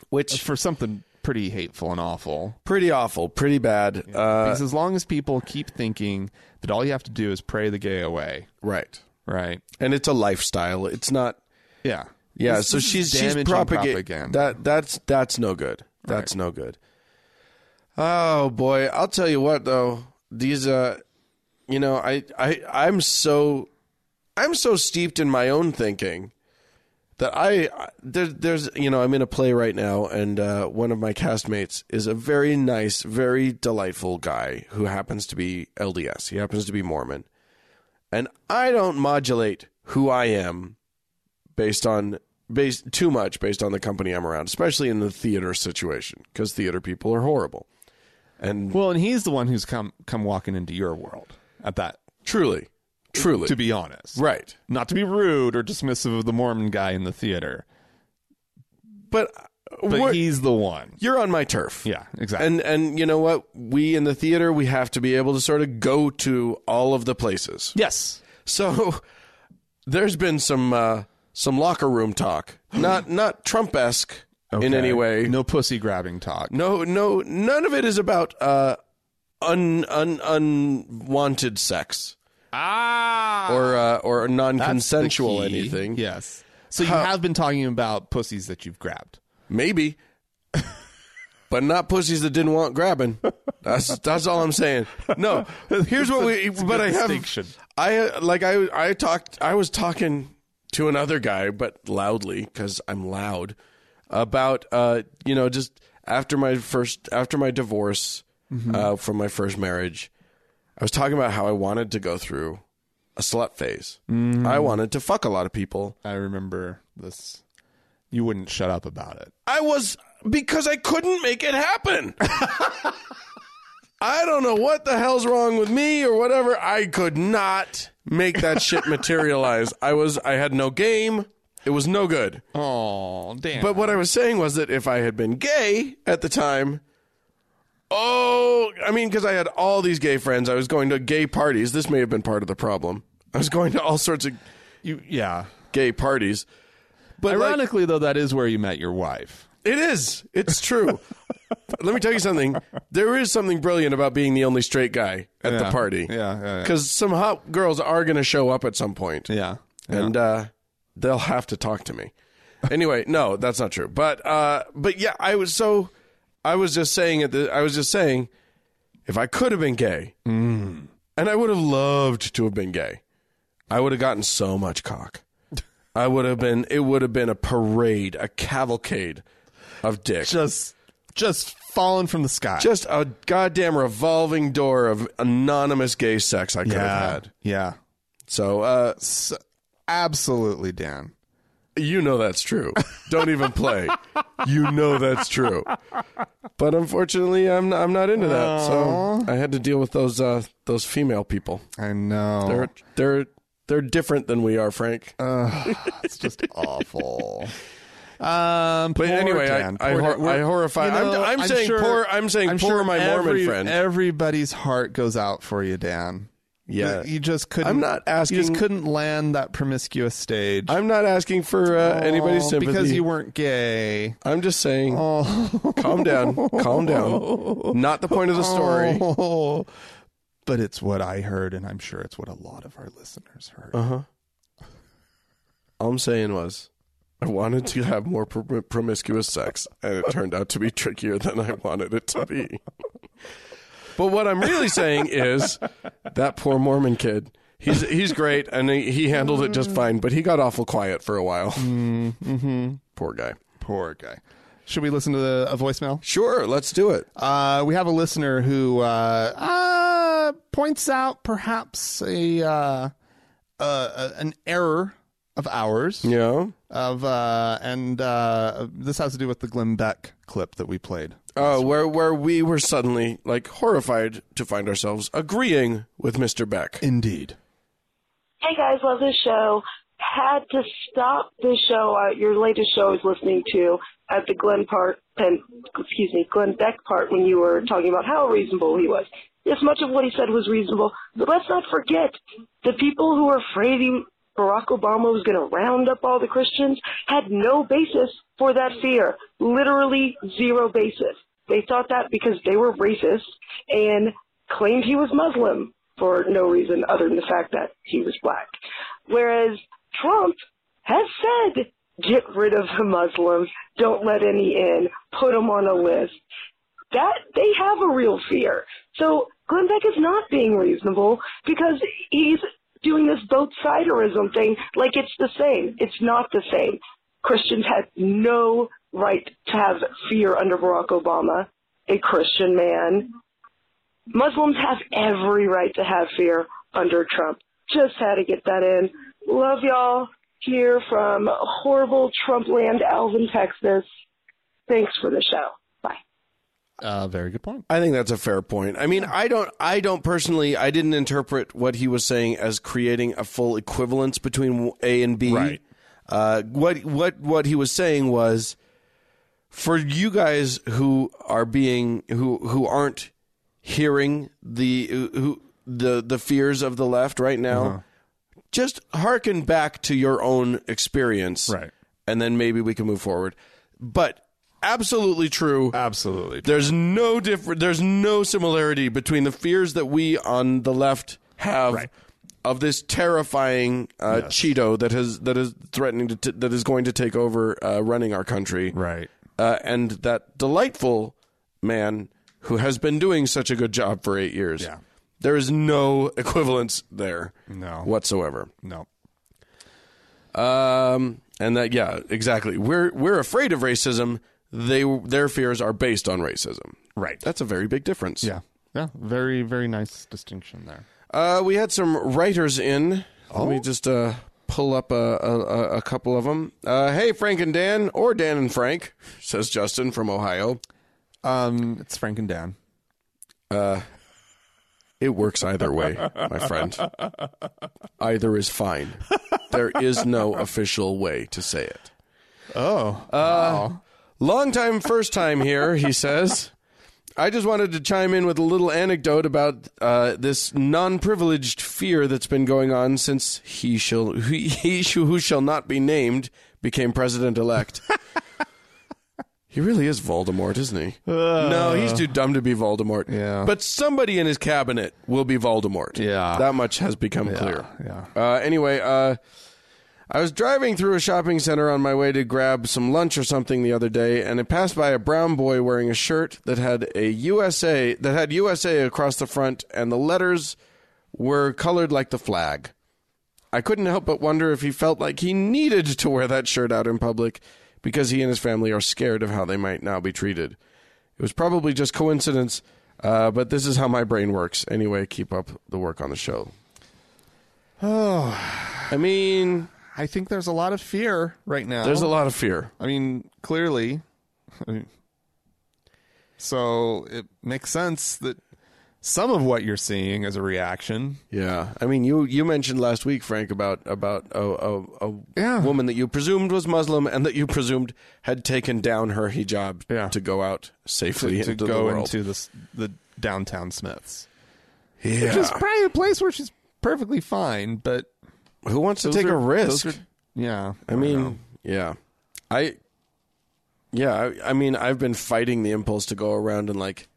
Which for something pretty hateful and awful. pretty awful, pretty bad. Uh, Because as long as people keep thinking that all you have to do is pray the gay away, right, right? and it's a lifestyle. It's not. Yeah, Yeah, This- so this is she's she's damaging propagating propaganda. that that's that's no good. That's no good. Oh boy, I'll tell you what though, these uh you know, I I I'm so I'm so steeped in my own thinking that I I- there, there's you know, I'm in a play right now and uh one of my castmates is a very nice, very delightful guy who happens to be LDS. He happens to be Mormon. And I don't modulate who I am based on based too much based on the company I'm around, especially in the theater situation, because theater people are horrible. And Well, and he's the one who's come come walking into your world at that. truly, truly, To be honest, right. Not to be rude or dismissive of the Mormon guy in the theater, But, but we're- he's the one. you're on my turf. Yeah, exactly. And and you know what? We in the theater we have to be able to sort of go to all of the places. yes, So there's been some uh, some locker room talk, not not Trump esque in any way. No pussy grabbing talk. No, no, none of it is about uh, un, un, unwanted sex. Ah. or uh, or That's the non-consensual key. anything. Yes. So you have been talking about pussies that you've grabbed. Maybe. but not pussies that didn't want grabbing. That's that's all I'm saying. No. Here's what we but I distinction. have I uh, like I I talked I was talking to another guy but loudly cuz I'm loud about uh you know just after my first after my divorce uh from my first marriage I was talking about how I wanted to go through a slut phase. I wanted to fuck a lot of people. I remember this. You wouldn't shut up about it. I was because I couldn't make it happen. I don't know what the hell's wrong with me or whatever. I could not make that shit materialize. I was I had no game. It was no good. Oh, damn. But what I was saying was that if I had been gay at the time, oh, I mean, because I had all these gay friends, I was going to gay parties. This may have been part of the problem. I was going to all sorts of you, yeah. gay parties. But like- Ironically, though, that is where you met your wife. It is. It's true. Let me tell you something. There is something brilliant about being the only straight guy at the Yeah. party. Yeah, yeah, yeah. Because some hot girls are going to show up at some point. Yeah. And uh, they'll have to talk to me. Anyway, no, that's not true. But uh, but yeah, I was so I was just saying at the I was just saying if I could have been gay, Mm. and I would have loved to have been gay, I would have gotten so much cock. I would have been. It would have been a parade, a cavalcade of dick. Just, just fallen from the sky. Just a goddamn revolving door of anonymous gay sex I could have yeah. had. Yeah. So, uh, S- absolutely, Dan. you know that's true. Don't even play. you know that's true. But unfortunately, I'm I'm not into that. So I had to deal with those uh, those female people. I know. They're they're they're different than we are, Frank. Uh, It's just awful. Um, But anyway, I- I hor- I horrify- I'm- I'm saying poor- I'm saying poor my Mormon friend. Everybody's heart goes out for you, Dan. Yeah. you just couldn't. I'm not asking- You just couldn't land that promiscuous stage. I'm not asking for uh, anybody's Oh, sympathy. Oh, because you weren't gay. I'm just saying. Calm down. Calm down. Not the point of the story. Oh, but it's what I heard, and I'm sure it's what a lot of our listeners heard. Uh-huh. All I'm saying was, I wanted to have more prom- promiscuous sex, and it turned out to be trickier than I wanted it to be. but what I'm really saying is, that poor Mormon kid. He's he's great, and he, he handled it just fine. But he got awful quiet for a while. Mm-hmm. Poor guy. Poor guy. Should we listen to the, a voicemail? Sure, let's do it. Uh, we have a listener who uh, uh, points out perhaps a, uh, uh, a- an error of ours Yeah. of uh, and uh, this has to do with the Glenn Beck clip that we played. Oh, where where we were suddenly like horrified to find ourselves agreeing with Mr. Beck. Indeed. Hey guys, love this show. Had to stop this show. Uh, your latest show I was listening to at the Glenn Park, and excuse me, Glenn Beck part when you were talking about how reasonable he was. Yes, much of what he said was reasonable, but let's not forget the people who were afraid he, Barack Obama was going to round up all the Christians had no basis for that fear. Literally zero basis. They thought that because they were racist and claimed he was Muslim for no reason other than the fact that he was black. Whereas Trump has said, get rid of the Muslims, don't let any in, put them on a list. That they have a real fear. So Glenn Beck is not being reasonable because he's doing this both siderism thing like it's the same. It's not the same. Christians had no right to have fear under Barack Obama, a Christian man. Muslims have every right to have fear under Trump. Just had to get that in. Love y'all. Here from horrible Trump land, Alvin, Texas. Thanks for the show. Bye. Uh, very good point. I think that's a fair point. I mean, I don't, I don't personally, I didn't interpret what he was saying as creating a full equivalence between A and B. Right. Uh, what, what, what he was saying was, for you guys who are being, who, who aren't hearing the, who, the, the fears of the left right now, Uh-huh. just hearken back to your own experience, Right. And then maybe we can move forward. But absolutely true. Absolutely. There's no different. There's no similarity between the fears that we on the left have of this terrifying uh, Yes. Cheeto that has that is threatening to t- that is going to take over uh, running our country, Right. Uh, and that delightful man who has been doing such a good job for eight years. Yeah. There is no equivalence there, No. whatsoever. No. Um, and that yeah, exactly. We're we're afraid of racism. They their fears are based on racism. Right. That's a very big difference. Yeah. Yeah. Very, very nice distinction there. Uh, we had some writers in. Let Oh. me just uh, pull up a, a, a- a couple of them. Uh, hey, Frank and Dan, or Dan and Frank, says Justin from Ohio. Um, it's Frank and Dan. It works either way, my friend. Either is fine. There is no official way to say it. Uh, Oh. Long time, first time here, he says. I just wanted to chime in with a little anecdote about uh, this non-privileged fear that's been going on since he shall he, he sh- who shall not be named became president elect. he really is Voldemort, isn't he? no, he's too dumb to be Voldemort. Yeah. But somebody in his cabinet will be Voldemort. Yeah. That much has become clear. yeah. Uh, anyway, uh, I was driving through a shopping center on my way to grab some lunch or something the other day, and I passed by a brown boy wearing a shirt that had a USA that had USA across the front, and the letters were colored like the flag. I couldn't help but wonder if he felt like he needed to wear that shirt out in public because he and his family are scared of how they might now be treated. It was probably just coincidence, uh, but this is how my brain works. Anyway, keep up the work on the show. Oh, I mean, I think there's a lot of fear right now. there's a lot of fear. I mean, clearly. I mean, so it makes sense that some of what you're seeing is a reaction. Yeah, I mean, you you mentioned last week, Frank, about about a a, a Yeah. woman that you presumed was Muslim and that you presumed had taken down her hijab Yeah. to go out safely to into the go world. into this, the downtown Smiths, yeah. which is probably a place where she's perfectly fine, but Who wants to those take are- a risk? those are- yeah, I mean, yeah, I, yeah, I, I mean, I've been fighting the impulse to go around and like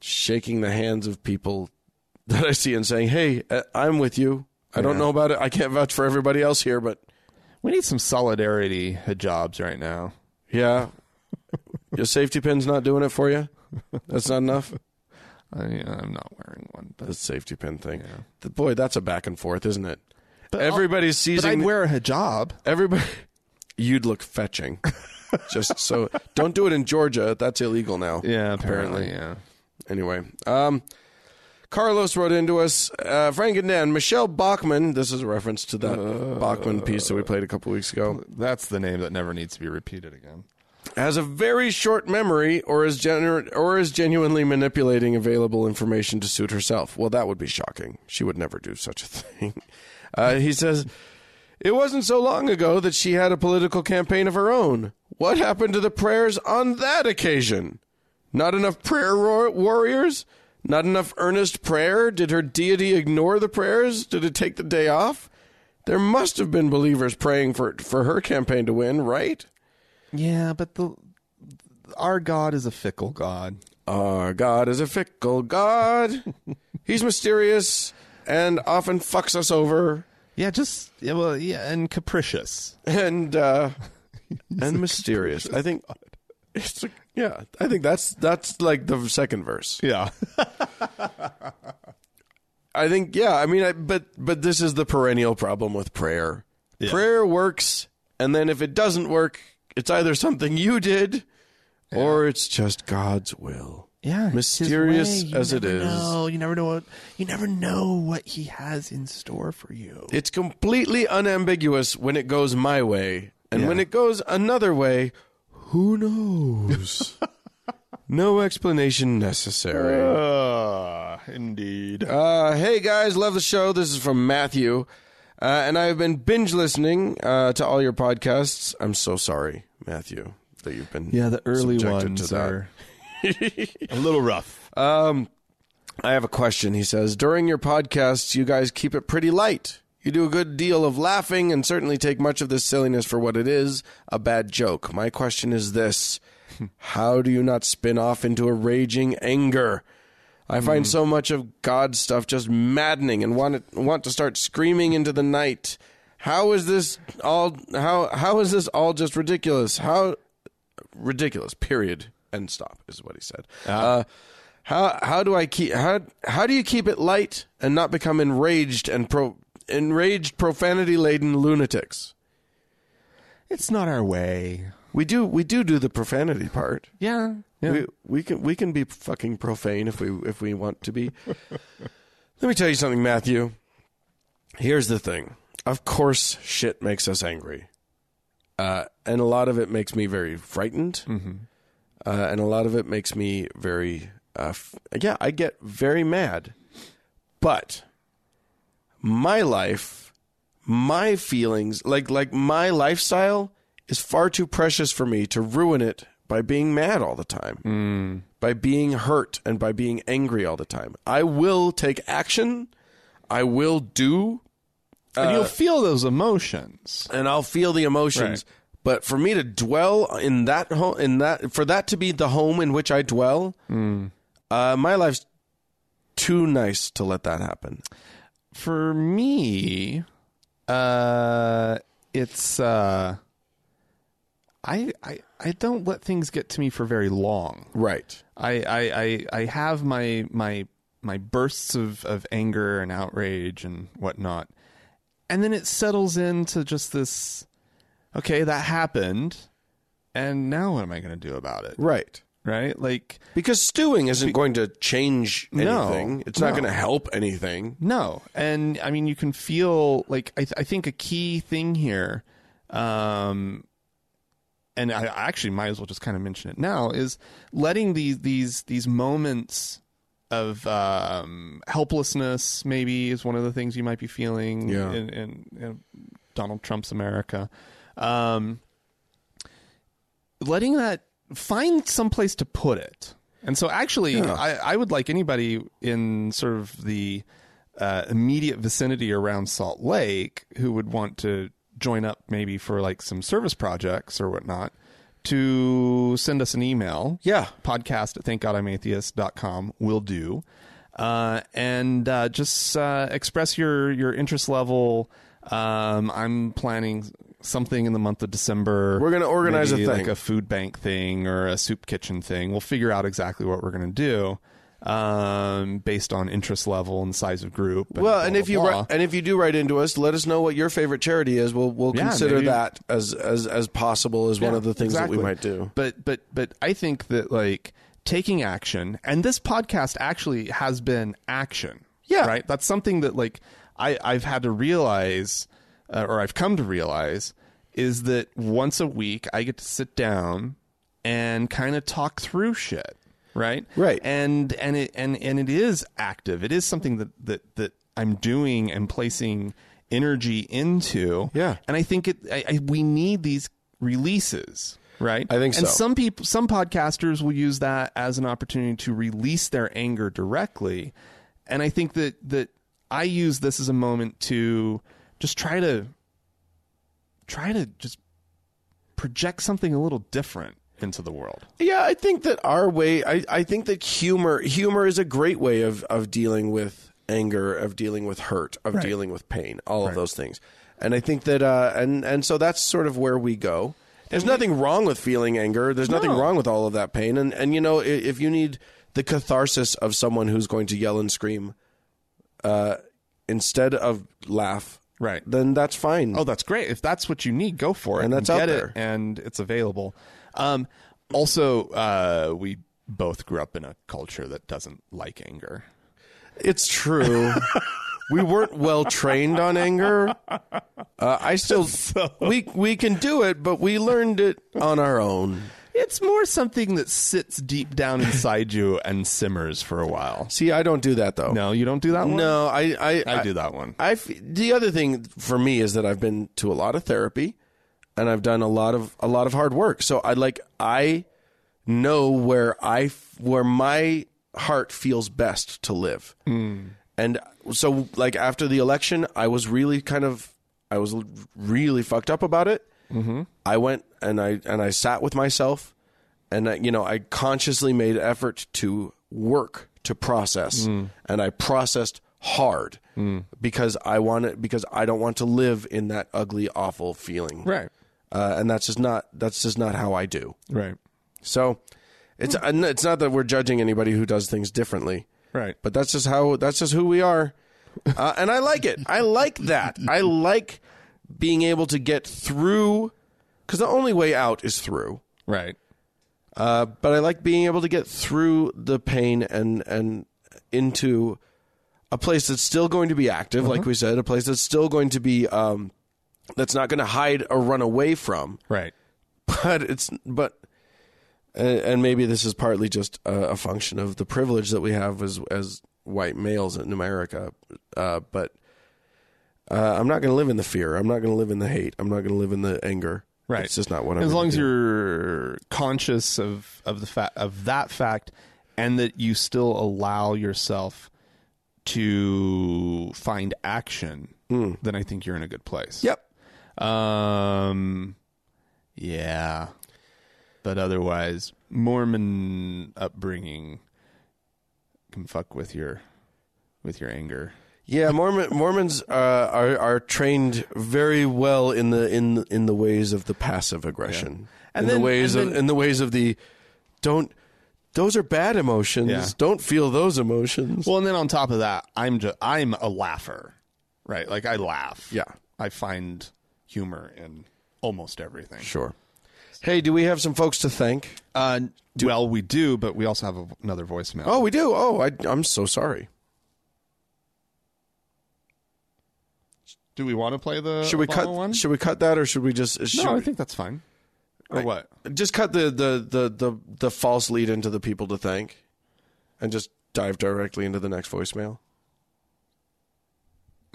shaking the hands of people that I see and saying, "Hey, uh, I'm with you." I don't know about it. I can't vouch for everybody else here, but we need some solidarity hijabs right now. yeah, your safety pin's not doing it for you. That's not enough. I, I'm not wearing one, but, The safety pin thing. The- Boy, that's a back and forth, isn't it? but I'll- Everybody's But I'd seizing. wear a hijab. Everybody, you'd look fetching. Just so, don't do it in Georgia. That's illegal now. apparently. yeah. Anyway, um, Carlos wrote into us, uh, Frank and Dan, Michelle Bachman. This is a reference to that Bachman piece that we played a couple weeks ago. That's the name that never needs to be repeated again. Has a very short memory, or is gener- or is genuinely manipulating available information to suit herself. Well, that would be shocking. She would never do such a thing. Uh, he says. It wasn't so long ago that she had a political campaign of her own. What happened to the prayers on that occasion? Not enough prayer war- warriors? Not enough earnest prayer? Did her deity ignore the prayers? Did it take the day off? There must have been believers praying for for her campaign to win, right? Yeah, but the our God is a fickle God. Our God is a fickle God. He's mysterious and often fucks us over Yeah, just yeah, well, yeah, and capricious. and uh, and mysterious. I think it's a, yeah. I think that's that's like the second verse. Yeah, I think yeah. I mean, I, but but this is the perennial problem with prayer. Prayer works, and then if it doesn't work, it's either something you did, or it's just God's will. yeah. mysterious as it is. Oh, you never know what you never know what He has in store for you. It's completely unambiguous when it goes my way, and when it goes another way, who knows? no explanation necessary. Uh, indeed. Uh, hey guys, love the show. This is from Matthew, uh, and I've been binge listening uh, to all your podcasts. I'm so sorry, Matthew, that you've been Yeah, the early subjected ones to that. are a little rough. I have a question. He says, during your podcasts, you guys keep it pretty light. You do a good deal of laughing and certainly take much of this silliness for what it is a bad joke. My question is this How do you not spin off into a raging anger? I find so much of God stuff just maddening and want it, want to start screaming into the night. How is this all how how is this all just ridiculous? How ridiculous. Period. And stop is what he said. Uh, how how do I keep how how do you keep it light and not become enraged and pro enraged profanity laden lunatics? It's not our way. We do we do do the profanity part. Yeah. Yeah. We we can we can be fucking profane if we if we want to be. Let me tell you something, Matthew. Here's the thing. Of course, shit makes us angry, uh, and a lot of it makes me very frightened, uh, and a lot of it makes me very uh, f- yeah. I get very mad, but my life, my feelings, like like my lifestyle is far too precious for me to ruin it by being mad all the time. By being hurt and by being angry all the time. I will take action. I will do and you'll feel those emotions. and I'll feel the emotions. Right. But for me to dwell in that home, in that for that to be the home in which I dwell, uh, my life's too nice to let that happen. For me, uh, it's uh, I I I don't let things get to me for very long. Right. I I I, I have my my my bursts of of anger and outrage and whatnot, and then it settles into just this. Okay, that happened, and now what am I going to do about it? Right. Right? Like Because stewing isn't going to change No. anything. it's not No. going to help anything. No, and I mean you can feel like I, th- I think a key thing here, um, and I I actually might as well just kind of mention it now is letting these these these moments of um, helplessness maybe is one of the things you might be feeling Yeah. in, in, in Donald Trump's America. Um, letting that find some place to put it. And so, actually, I, I would like anybody in sort of the uh, immediate vicinity around Salt Lake who would want to join up, maybe for like some service projects or whatnot, to send us an email. Yeah. podcast at thankgodimatheist.com will do. Uh, and uh, just uh, express your your interest level. Um, I'm planning something in the month of December. We're gonna organize a Maybe thing. like a food bank thing or a soup kitchen thing. We'll figure out exactly what we're going to do um, based on interest level and size of group. And Well, blah, and blah, if you blah. write, and if you do write into us, let us know what your favorite charity is. We'll we'll Yeah, consider maybe- that as as as possible as one Yeah, of the things that exactly. we might do. But but but I think that like taking action and this podcast actually has been action. Yeah. Right? That's something that like I I've had to realize uh, or I've come to realize is that once a week I get to sit down and kind of talk through shit, right? Right. And and it and and it is active. It is something that that that I'm doing and placing energy into. Yeah. And I think it I, I, we need these releases, right? I think and so. some people some podcasters will use that as an opportunity to release their anger directly. And I think that that I use this as a moment to just try to try to just project something a little different into the world. Yeah, I think that our way I, I think that humor humor is a great way of of dealing with anger, of dealing with hurt, of dealing with pain, all of those things. And I think that uh and and so that's sort of where we go. There's nothing wrong with feeling anger. There's nothing wrong with all of that pain. And and you know, i- if you need the catharsis of someone who's going to yell and scream uh instead of laugh, Right. Then that's fine. Oh, that's great. If that's what you need, go for it. And that's get out it there. and it's available. Um, also, uh, we both grew up in a culture that doesn't like anger. It's true. we weren't well trained on anger. Uh, I still we we can do it, but we learned it on our own. It's more something that sits deep down inside you and simmers for a while. See, I don't do that though. No, you don't do that one? no, I I, I do that one. I f- the other thing for me is that I've been to a lot of therapy, and I've done a lot of a lot of hard work. So I like I know where I f- where my heart feels best to live. And so like after the election, I was really kind of I was l- really fucked up about it. Mm-hmm. I went and I and uh, I sat with myself, and I, you know I consciously made effort to work to process, and I processed hard because I want it because I don't want to live in that ugly, awful feeling. Right. Uh, and that's just not that's just not how I do. Right. So it's uh, n- it's not that we're judging anybody who does things differently, Right. but that's just how that's just who we are. Uh, and I like it. I like that. I like being able to get through because the only way out is through. Right. Uh, but I like being able to get through the pain and and into a place that's still going to be active, like we said, a place that's still going to be um, that's not going to hide or run away from Right. but it's but and, and maybe this is partly just a, a function of the privilege that we have as as white males in America. Uh, but uh, I'm not going to live in the fear. I'm not going to live in the hate. I'm not going to live in the anger. Right. It's just not what I'm. As gonna long as do. you're conscious of of the fact of that fact, and that you still allow yourself to find action, then I think you're in a good place. Hmm. Yep. Um, yeah. But otherwise, Mormon upbringing can fuck with your with your anger. Yeah, Mormon, Mormons uh, are are trained very well in the in in the ways of the passive aggression, And in then- the ways and of then- in the ways of the don't. Those are bad emotions. Yeah. Don't feel those emotions. Well, and then on top of that, I'm just I'm a laugher, right? Like I laugh. Yeah. I find humor in almost everything. Sure. Hey, do we have some folks to thank? Uh, well, we do, but we also have a, another voicemail. Oh, we do. Oh, I, I'm so sorry. do we want to play the Should we Obama cut? one? Should we cut that, or should we just? Should no, I we- think that's fine. Or what? just cut the, the the the the false lead into the people to thank, and just dive directly into the next voicemail.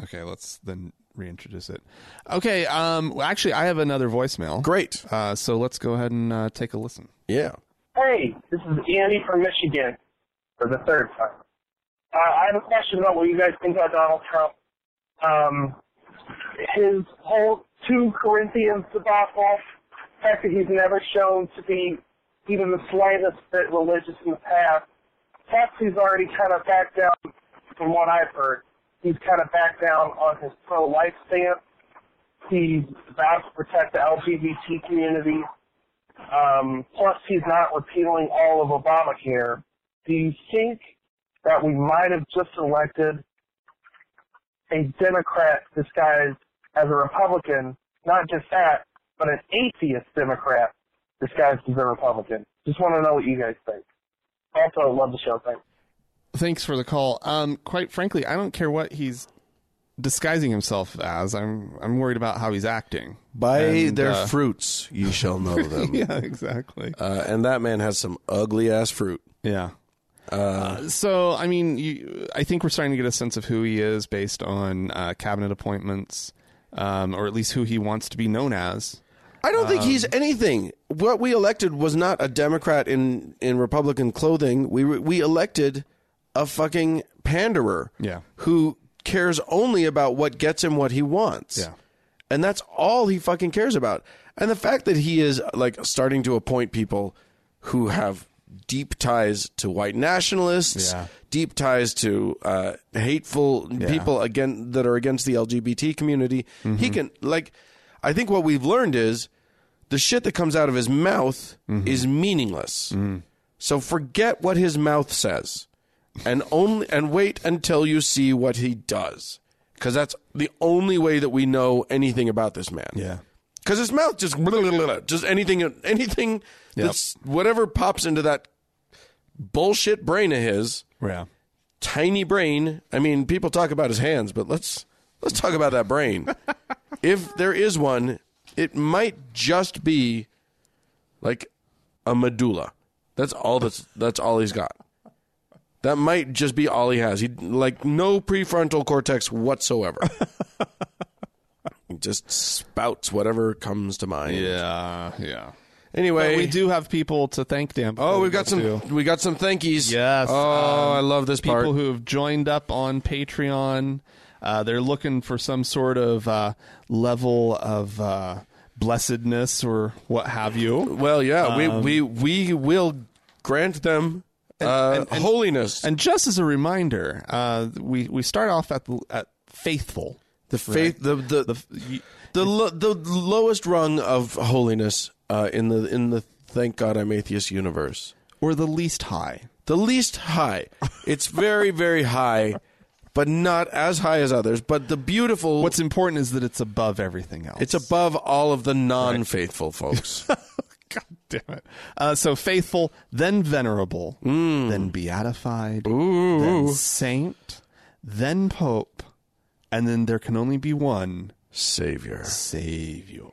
Okay, let's then reintroduce it. Okay, um, well, actually, I have another voicemail. Great. Uh, so let's go ahead and uh, take a listen. Yeah. Hey, this is Andy from Michigan for the third time. Uh, I have a question about what you guys think about Donald Trump. Um, his whole two Corinthians debacle, the fact that he's never shown to be even the slightest bit religious in the past, plus he's already kind of backed down from what I've heard. He's kind of backed down on his pro-life stance. He's about to protect the LGBT community. Um, plus, he's not repealing all of Obamacare. Do you think that we might have just elected a Democrat disguised as a Republican? Not just that, but an atheist Democrat disguised as a Republican. Just want to know what you guys think. Also, love the show. Thanks. Thanks for the call. Um, quite frankly, I don't care what he's disguising himself as. I'm I'm worried about how he's acting. By And, their uh, fruits you shall know them. yeah, exactly. uh, and that man has some ugly ass fruit. Yeah. Uh, so I mean, you, I think we're starting to get a sense of who he is based on uh, cabinet appointments, um, or at least who he wants to be known as. I don't think he's anything. What we elected was not a Democrat in in Republican clothing. We re- we elected a fucking panderer. Yeah. Who cares only about what gets him what he wants. Yeah. And that's all he fucking cares about. And the fact that he is like starting to appoint people who have deep ties to white nationalists, Yeah. deep ties to uh, hateful people again that are against the LGBT community. Mm-hmm. He can like, I think what we've learned is the shit that comes out of his mouth Mm-hmm. is meaningless. So forget what his mouth says, and only and wait until you see what he does, because that's the only way that we know anything about this man. Because his mouth just blah, blah, blah, blah, just anything anything that's whatever pops into that bullshit brain of his Yeah. tiny brain. I mean, people talk about his hands, but let's let's talk about that brain. if there is one, it might just be like a medulla. That's all that's that's all he's got. That might just be all he has. He like no prefrontal cortex whatsoever. He just spouts whatever comes to mind. Yeah. Yeah. Anyway, But we do have people to thank, Dan. Oh, we've got some. too. We got some thankies. Yes, Oh, um, I love this part. people who have joined up on Patreon. Uh, they're looking for some sort of uh, level of uh, blessedness or what have you. Um, Well, yeah, we, we we will grant them uh, holiness, And just as a reminder, uh, we we start off at at faithful. the faith, the the the, the, lo- the lowest rung of holiness uh, in the in the thank God I'm atheist universe. or the least high. the least high. It's very, very high, but not as high as others. But the beautiful. What's important is that it's above everything else. it's above all of the non-faithful folks. God damn it. Uh, so faithful, then venerable, then beatified, then saint, then pope, and then there can only be one Savior. savior.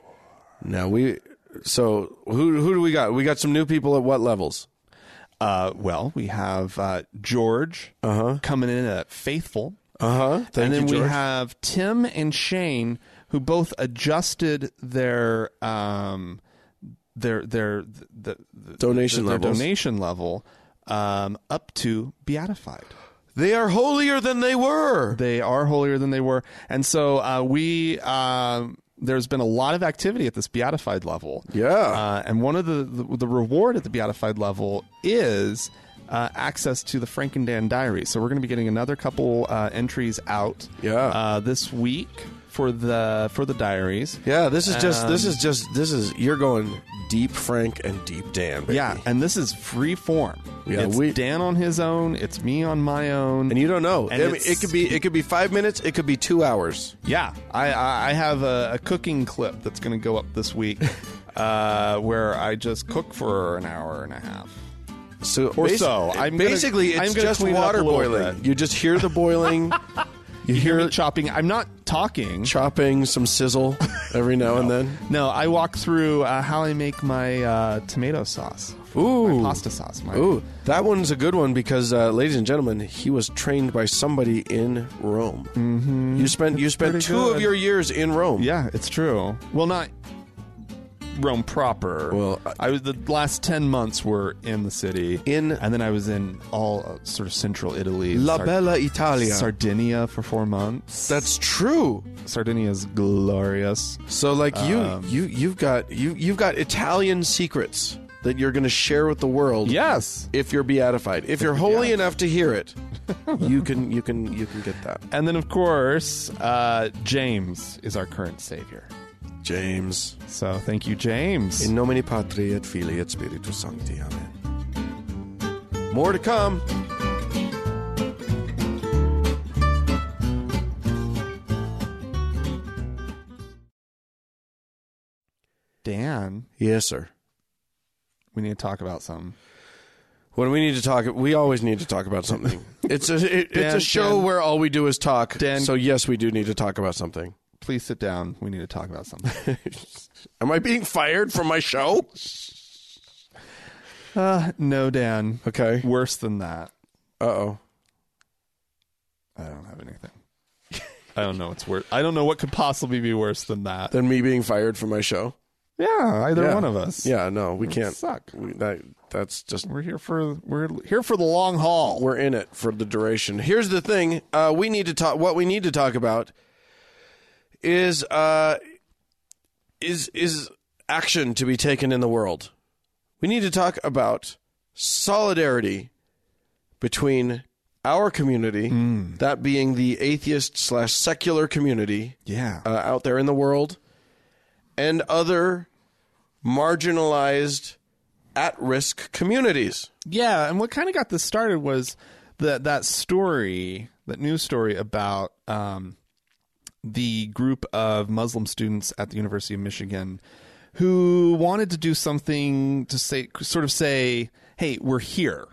Now we. So who who do we got? We got some new people at what levels? Uh, well, we have uh, George Uh-huh. coming in at faithful. Uh huh. Uh-huh. and then we have Tim and Shane, who both adjusted their um, their their the, the Donation their levels. donation level um, up to beatified. they are holier than they were. They are holier than they were, and so uh, we um, there's been a lot of activity at this beatified level. Yeah. uh, and one of the, the the reward at the beatified level is. Uh, access to the Frank and Dan diary. So, we're going to be getting another couple uh, entries out Yeah. uh, this week for the for the diaries. yeah. This is just. this Um, is just. This is. You're going deep, Frank, and deep, Dan. Baby. Yeah, and this is free form. Yeah, it's we- Dan on his own. It's me on my own. And you don't know. And I mean, it's- it could be. It could be five minutes. It could be two hours. Yeah, I I I have a, a cooking clip that's going to go up this week, uh, where I just cook for an hour and a half. So Or basi- so. I'm gonna- basically I'm it's gonna just clean it up water a little boiling. bit. You just hear the boiling. you Hear hear me chopping. I'm not talking. chopping some sizzle every now and then. no, I walk through uh, how I make my uh, tomato sauce. Ooh. my pasta sauce. My, Ooh, that one's a good one because, uh, ladies and gentlemen, he was trained by somebody in Rome. Mm-hmm. You spent you spent pretty two good. of your years in Rome. Yeah, it's true. Well, not Rome proper. Well, I, was the last ten months were in the city, In- and then I was in all uh, sort of central Italy, La Sar- Bella Italia. Sardinia for four months. That's true. Sardinia's glorious. So like you you you've got you you've got Italian secrets that you're going to share with the world. Yes, If you're beatified, if you're holy enough to hear it, you can you can you can get that. and then of course uh, James is our current savior. James. So thank you, James. In nomine Patri et Filii et Spiritus Sancti. Amen. More to come. Dan, Yes, sir. we need to talk about something. What do we need to talk? We always need to talk about something. It's a it, it's Dan, a show Dan. where all we do is talk. Dan. So yes, we do need to talk about something. Please sit down. We need to talk about something. Am I being fired from my show? uh, no, Dan. Okay. Worse than that. Uh oh. I don't have anything. I don't know what's worse. I don't know what could possibly be worse than that. Then me being fired from my show. Yeah, either Yeah. one of us. Yeah. No, we can't. suck. We, that that's just We're here for we're here for the long haul. we're in it for the duration. Here's the thing: uh, we need to talk. What we need to talk about is uh, is is action to be taken in the world. We need to talk about solidarity between our community, Hmm. that being the atheist slash secular community, yeah. uh, out there in the world and other marginalized at risk communities. yeah, and what kind of got this started was that that story, that news story about um, the group of Muslim students at the University of Michigan who wanted to do something to say sort of say, "Hey, we're here."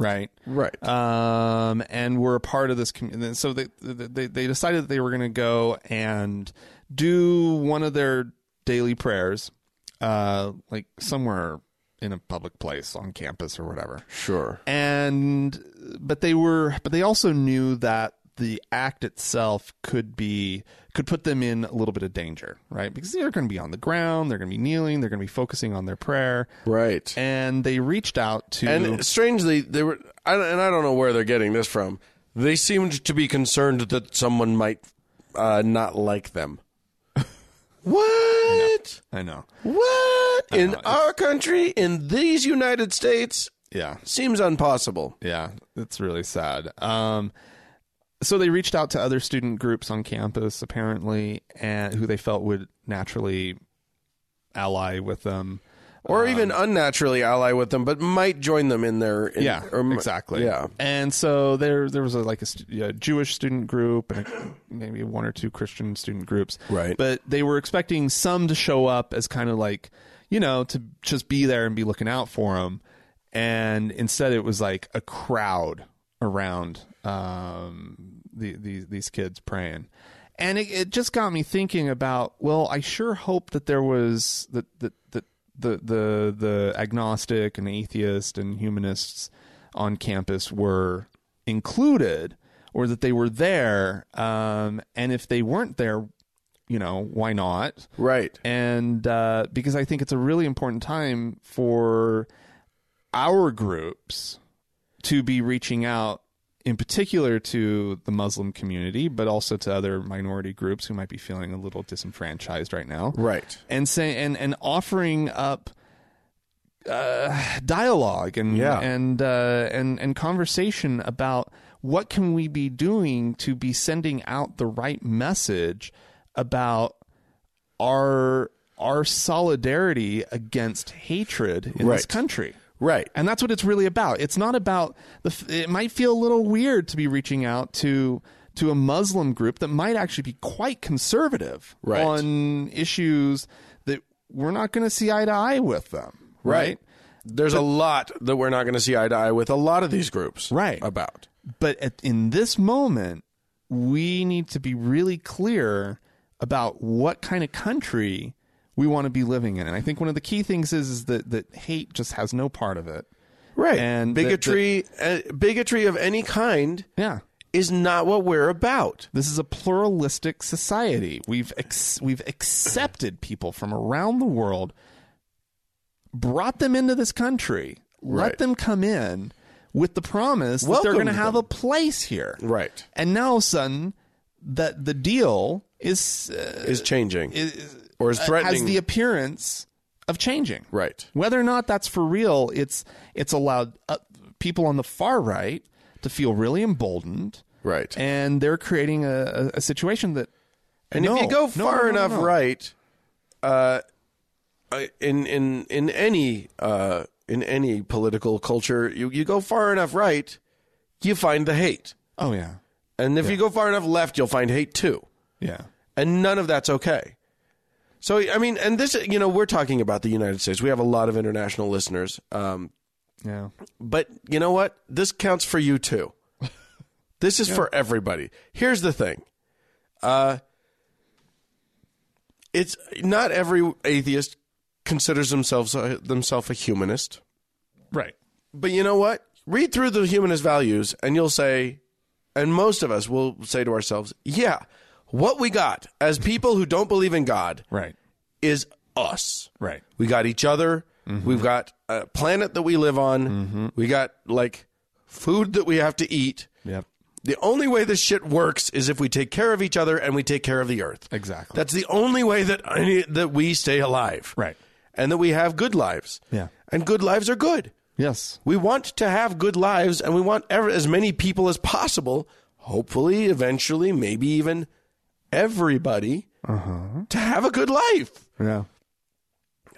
Right? Right. um, and were a part of this community. So they, they they decided that they were going to go and do one of their daily prayers, uh, like somewhere in a public place on campus or whatever. Sure. And but they were, but they also knew that the act itself could be could put them in a little bit of danger, right? Because they're going to be on the ground, they're going to be kneeling, they're going to be focusing on their prayer. Right. And they reached out to And strangely, they were, I, and I don't know where they're getting this from. They seemed to be concerned that someone might uh, not like them. what? I know. What? In know, it's- our country, in these United States, Yeah. Seems impossible. Yeah, it's really sad. Um, so they reached out to other student groups on campus, apparently, and who they felt would naturally ally with them. Or even unnaturally ally with them, but might join them in their in- Yeah, or m- exactly. Um, Yeah, and so there there was a, like a, stu- a Jewish student group and a, maybe one or two Christian student groups, Right. But they were expecting some to show up as kind of like you know to just be there and be looking out for them, and instead it was like a crowd around um, the, these these kids praying. And it, it just got me thinking about well, I sure hope that there was that that that the the the agnostic and atheist and humanists on campus were included or that they were there um and if they weren't there you know why not right. and uh because i think it's a really important time for our groups to be reaching out in particular to the muslim community but also to other minority groups who might be feeling a little disenfranchised right now Right. and say and and offering up uh, dialogue and Yeah. and uh, and and conversation about what can we be doing to be sending out the right message about our our solidarity against hatred in this Right. country. Right. And that's what it's really about. It's not about the. f- It might feel a little weird to be reaching out to to a Muslim group that might actually be quite conservative Right. on issues that we're not going to see eye to eye with them. Right. There's a lot that we're not going to see eye to eye with a lot of these groups. Right. About. But at, in this moment, we need to be really clear about what kind of country we want to be living in. And I think one of the key things is, is that that hate just has no part of it. Right. And the- bigotry uh, bigotry of any kind Yeah. is not what we're about. This is a pluralistic society. We've ex- we've accepted people from around the world, brought them into this country, let Right. them come in with the promise that they're Welcomed going to have them. a place here. Right. And now, all of a sudden, that the deal is, uh, Is changing is or is threatening has the appearance of changing. Right. Whether or not that's for real, it's it's allowed uh, people on the far right to feel really emboldened Right. and they're creating a, a, a situation that And No. if you go No, no, far no, enough no. right, uh, uh, in in in any uh, in any political culture, you you go far enough right, you find the hate, oh yeah and if you go far enough left, you'll find hate too, yeah and none of that's okay. So I mean, and this you know we're talking about the United States. We have a lot of international listeners, um, yeah but you know what? This counts for you too. This is for everybody. Here's the thing. Uh it's not every atheist considers themselves a, themselves a humanist. right But you know what? Read through the humanist values and you'll say and most of us will say to ourselves, yeah, what we got as people who don't believe in God right is us. right We got each other. Mm-hmm. We've got a planet that we live on. We got like food that we have to eat. yep The only way this shit works is if we take care of each other and we take care of the earth. Exactly. That's the only way that any, that we stay alive. Right. And that we have good lives. Yeah. And good lives are good. yes We want to have good lives and we want ever, as many people as possible, hopefully, eventually, maybe even everybody, Uh-huh. to have a good life. yeah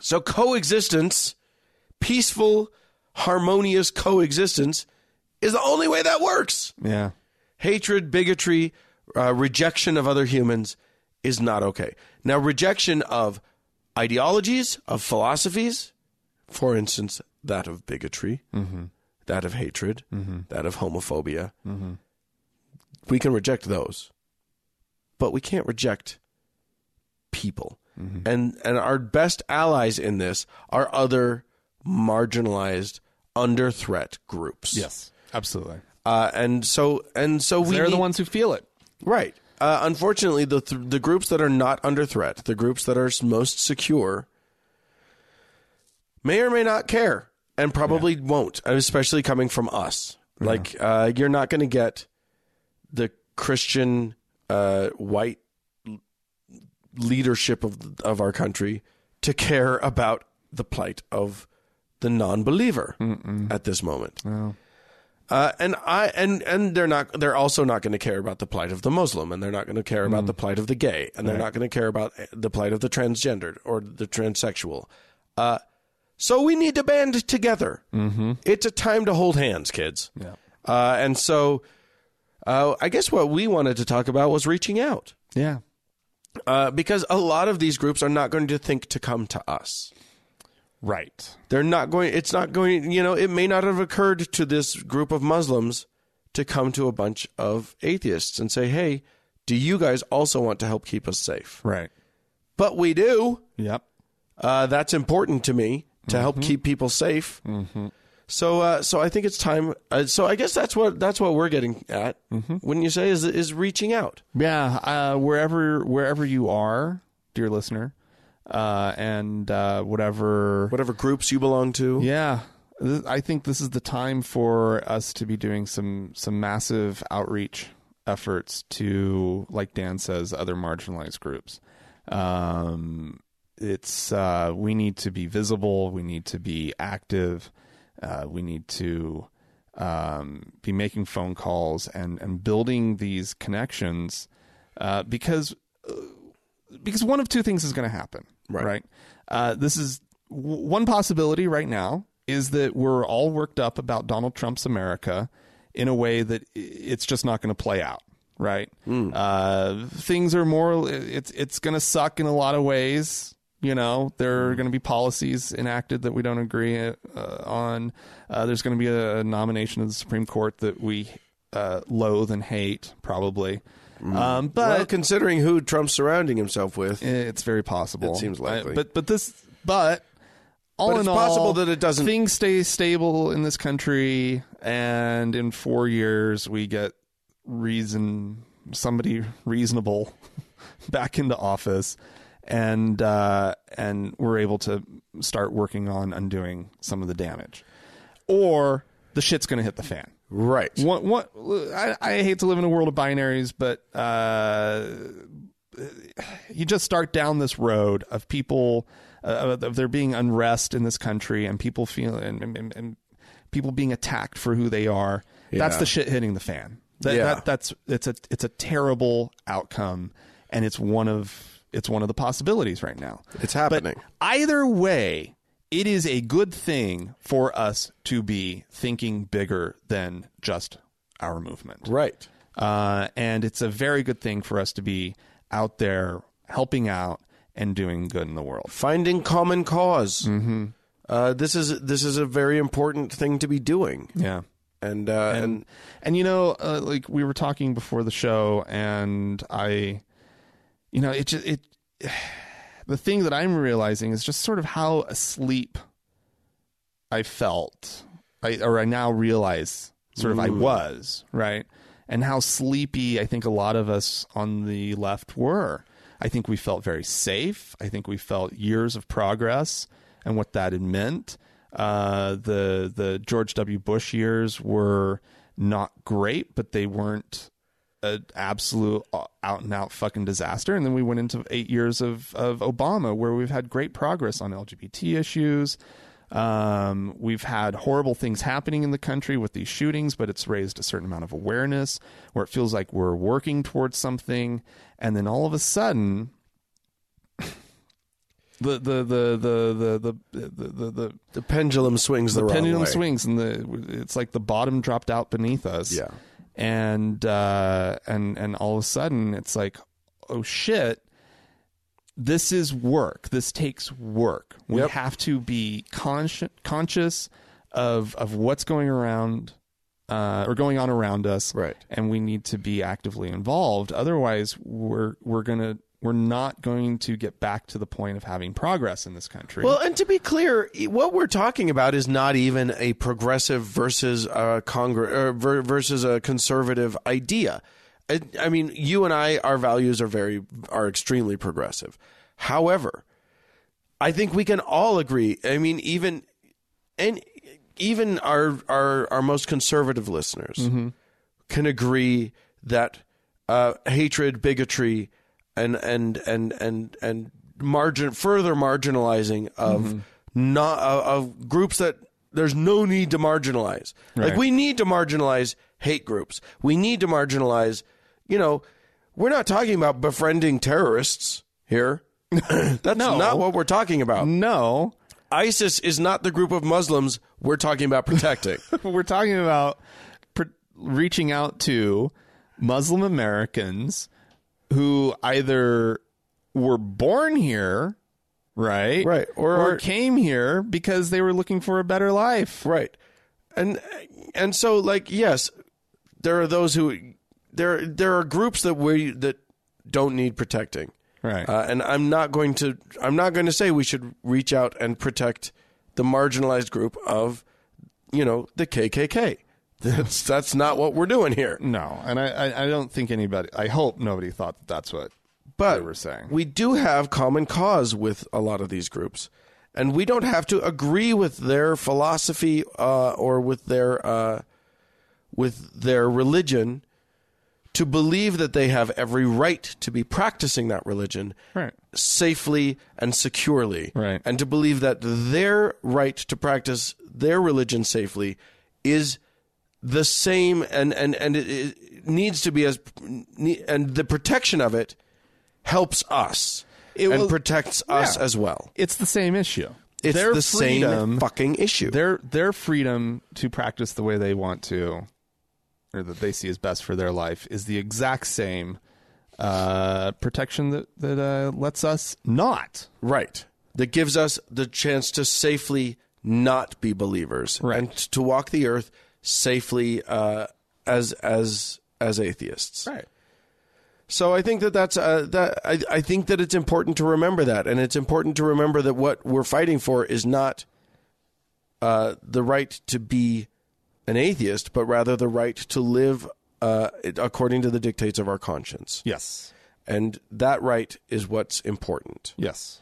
So coexistence, peaceful, harmonious coexistence is the only way that works. yeah Hatred, bigotry, uh, rejection of other humans is not okay. Now, rejection of ideologies, of philosophies, for instance, that of bigotry, Mm-hmm. that of hatred, that of homophobia, Mm-hmm. we can reject those. But we can't reject people. Mm-hmm. And and our best allies in this are other marginalized under threat groups. yes absolutely Uh, and so and so we they're the need- ones who feel it right. Uh, unfortunately, the th- the groups that are not under threat, the groups that are s- most secure, may or may not care, and probably won't. uh, Especially coming from us, like uh, you're not going to get the Christian uh, white l- leadership of of our country to care about the plight of the non-believer at this moment. Uh, and I and and they're not they're also not going to care about the plight of the Muslim and they're not going to care about the plight of the gay and they're not going to care about eh, the plight of the transgendered or the transsexual. Uh, so we need to band together. Mm-hmm. It's a time to hold hands, kids. Yeah. Uh, and so uh, I guess what we wanted to talk about was reaching out Yeah. uh, because a lot of these groups are not going to think to come to us. Right. They're not going. It's not going. You know, it may not have occurred to this group of Muslims to come to a bunch of atheists and say, "Hey, do you guys also want to help keep us safe?" Right. But we do. Yep. Uh, that's important to me to help keep people safe. So, uh, so I think it's time. Uh, so, I guess that's what that's what we're getting at. Wouldn't you say is is reaching out? Yeah, uh, wherever wherever you are, dear listener, uh, and uh, whatever, Whatever groups you belong to. yeah, th- I think this is the time for us to be doing some some massive outreach efforts to, like Dan says, other marginalized groups. Um, it's uh, we need to be visible, we need to be active, uh, we need to um, be making phone calls and and building these connections uh, because because one of two things is going to happen, right? Uh, this is w- one possibility right now is that we're all worked up about Donald Trump's America in a way that i- it's just not going to play out, right? Uh, things are more. It's it's going to suck in a lot of ways. You know, there are going to be policies enacted that we don't agree uh, on. Uh, there's going to be a nomination of the Supreme Court that we uh, loathe and hate, probably. Um, but Well, considering who Trump's surrounding himself with, Eh, it's very possible. It seems likely. I- but but this but all But it's in all, possible that it doesn't- Things stay stable in this country, and in four years we get reason somebody reasonable back into office, and uh, and we're able to start working on undoing some of the damage, or the shit's going to hit the fan. right? What, what, I, I hate to live in a world of binaries, but uh, you just start down this road of people, uh, of there being unrest in this country and people feel and, and, and people being attacked for who they are. That's the shit hitting the fan. That, Yeah. that, that's it's a it's a terrible outcome, and it's one of it's one of the possibilities right now. It's happening. But either way, it is a good thing for us to be thinking bigger than just our movement. Right. Uh, and it's a very good thing for us to be out there helping out and doing good in the world. finding common because Uh, this is this is a very important thing to be doing, Yeah. and uh, and, and and you know uh, like we were talking before the show and i you know it just it the thing that i'm realizing is just sort of how asleep i felt i or i now realize sort of i was right and how sleepy i think a lot of us on the left were i think we felt very safe i think we felt years of progress and what that had meant uh, the the George W. Bush years were not great, but they weren't an absolute uh, out and out fucking disaster. And then we went into eight years of of Obama, where we've had great progress on LGBT issues. Um, we've had horrible things happening in the country with these shootings, but it's raised a certain amount of awareness where it feels like we're working towards something. And then all of a sudden, the the the the the the the, the the pendulum swings the, the wrong pendulum way. swings and the it's like the bottom dropped out beneath us Yeah. and uh and and all of a sudden it's like oh shit this is work this takes work we Yep. have to be consci- conscious of of what's going around uh, or going on around us Right. and we need to be actively involved otherwise we're we're gonna we're not going to get back to the point of having progress in this country Well, and to be clear, e- what we're talking about is not even a progressive versus a Congress or ver- versus a conservative idea. I, I mean, you and I, our values are very are extremely progressive. However, I think we can all agree. I mean, even and even our our our most conservative listeners Mm-hmm. can agree that uh, hatred, bigotry, and and and and and margin further marginalizing of Mm-hmm. not uh, of groups that there's no need to marginalize. Like Right. we need to marginalize hate groups. We need to marginalize. You know, we're not talking about befriending terrorists here. That's No. not what we're talking about. No, ISIS is not the group of Muslims we're talking about protecting. we're talking about pr- reaching out to Muslim Americans who either were born here, right, Right, or or, are- came here because they were looking for a better life. right. And and so like yes, there are those who there there are groups that we that don't need protecting. Right. Uh, and I'm not going to I'm not going to say we should reach out and protect the marginalized group of you know, the KKK. That's that's not what we're doing here. no, and I, I, I don't think anybody. I hope nobody thought that that's what But they were saying. we do have common cause with a lot of these groups, and we don't have to agree with their philosophy uh, or with their uh, with their religion to believe that they have every right to be practicing that religion Right. safely and securely, Right. and to believe that their right to practice their religion safely is the same and and and it, it needs to be as and the protection of it helps us It and will- protects us Yeah. as well. it's the same issue. It's Their the freedom- same fucking issue. their their freedom to practice the way they want to or that they see as best for their life is the exact same uh, protection that that uh, lets us not Right. That gives us the chance to safely not be believers Right. and to walk the earth safely uh, as as as atheists. right So I think that that's uh, that I, I think that it's important to remember that, and it's important to remember that what we're fighting for is not uh, the right to be an atheist, but rather the right to live uh, according to the dictates of our conscience, yes and that right is what's important. yes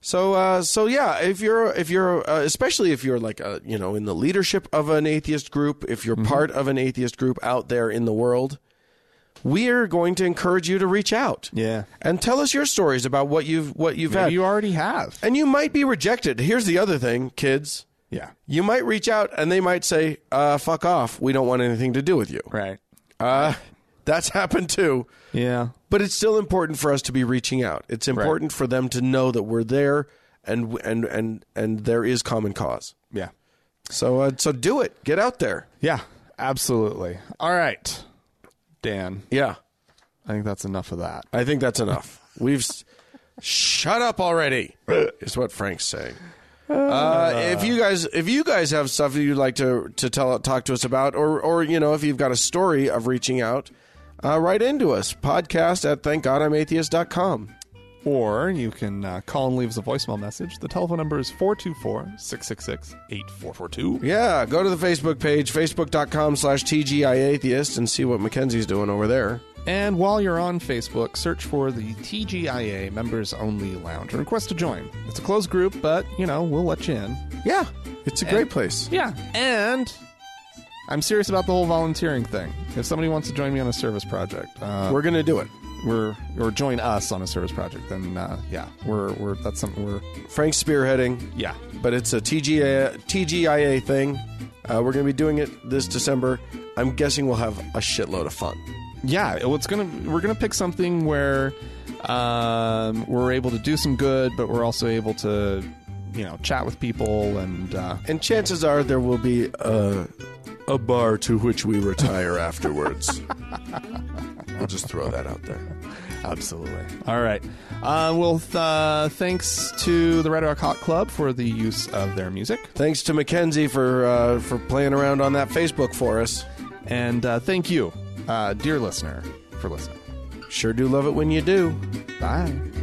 So, uh, so yeah, if you're, if you're, uh, especially if you're like, uh you know, in the leadership of an atheist group, if Mm-hmm. you're part of an atheist group out there in the world, we are going to encourage you to reach out. Yeah. And tell us your stories about what you've, what you've had. you already have and you might be rejected. Here's the other thing, kids. yeah You might reach out and they might say, uh, fuck off. We don't want anything to do with you. right Uh, that's happened too. yeah But it's still important for us to be reaching out. It's important for them to know that we're there and and and and there is common cause. yeah So uh, so do it. Get out there. yeah absolutely all right dan Yeah. i think that's enough of that I think that's enough. We've s- shut up already. Is what Frank's saying. Uh, if you guys if you guys have stuff that you'd like to to tell talk to us about or or you know if you've got a story of reaching out, uh, write into us podcast at thankgodimatheist.com. or you can uh, call and leave us a voicemail message the telephone number is 424-666-8442 Yeah, go to the Facebook page, facebook.com slash TGIAtheist, and see what Mackenzie's doing over there. And while you're on Facebook, search for the TGIA Members Only Lounge and request to join. It's a closed group, but, you know, we'll let you in. Yeah, it's a great place. Yeah. And I'm serious about the whole volunteering thing. If somebody wants to join me on a service project, uh, We're going to do it. we're or join us on a service project, then uh, yeah, we're we're that's something we're Frank's spearheading, yeah. but it's a TGIA, TGIA thing. Uh, we're going to be doing it this December. I'm guessing we'll have a shitload of fun. yeah well, it's gonna we're gonna pick something where um, we're able to do some good but we're also able to you know chat with people and uh, And chances are there will be a, a bar to which we retire afterwards. we'll just throw that out there. Absolutely. All right. Uh, well, th- uh, thanks to the Red Rock Hot Club for the use of their music. Thanks to Mackenzie for, uh, for playing around on that Facebook for us. And uh, thank you, uh, dear listener, for listening. Sure do love it when you do. Bye.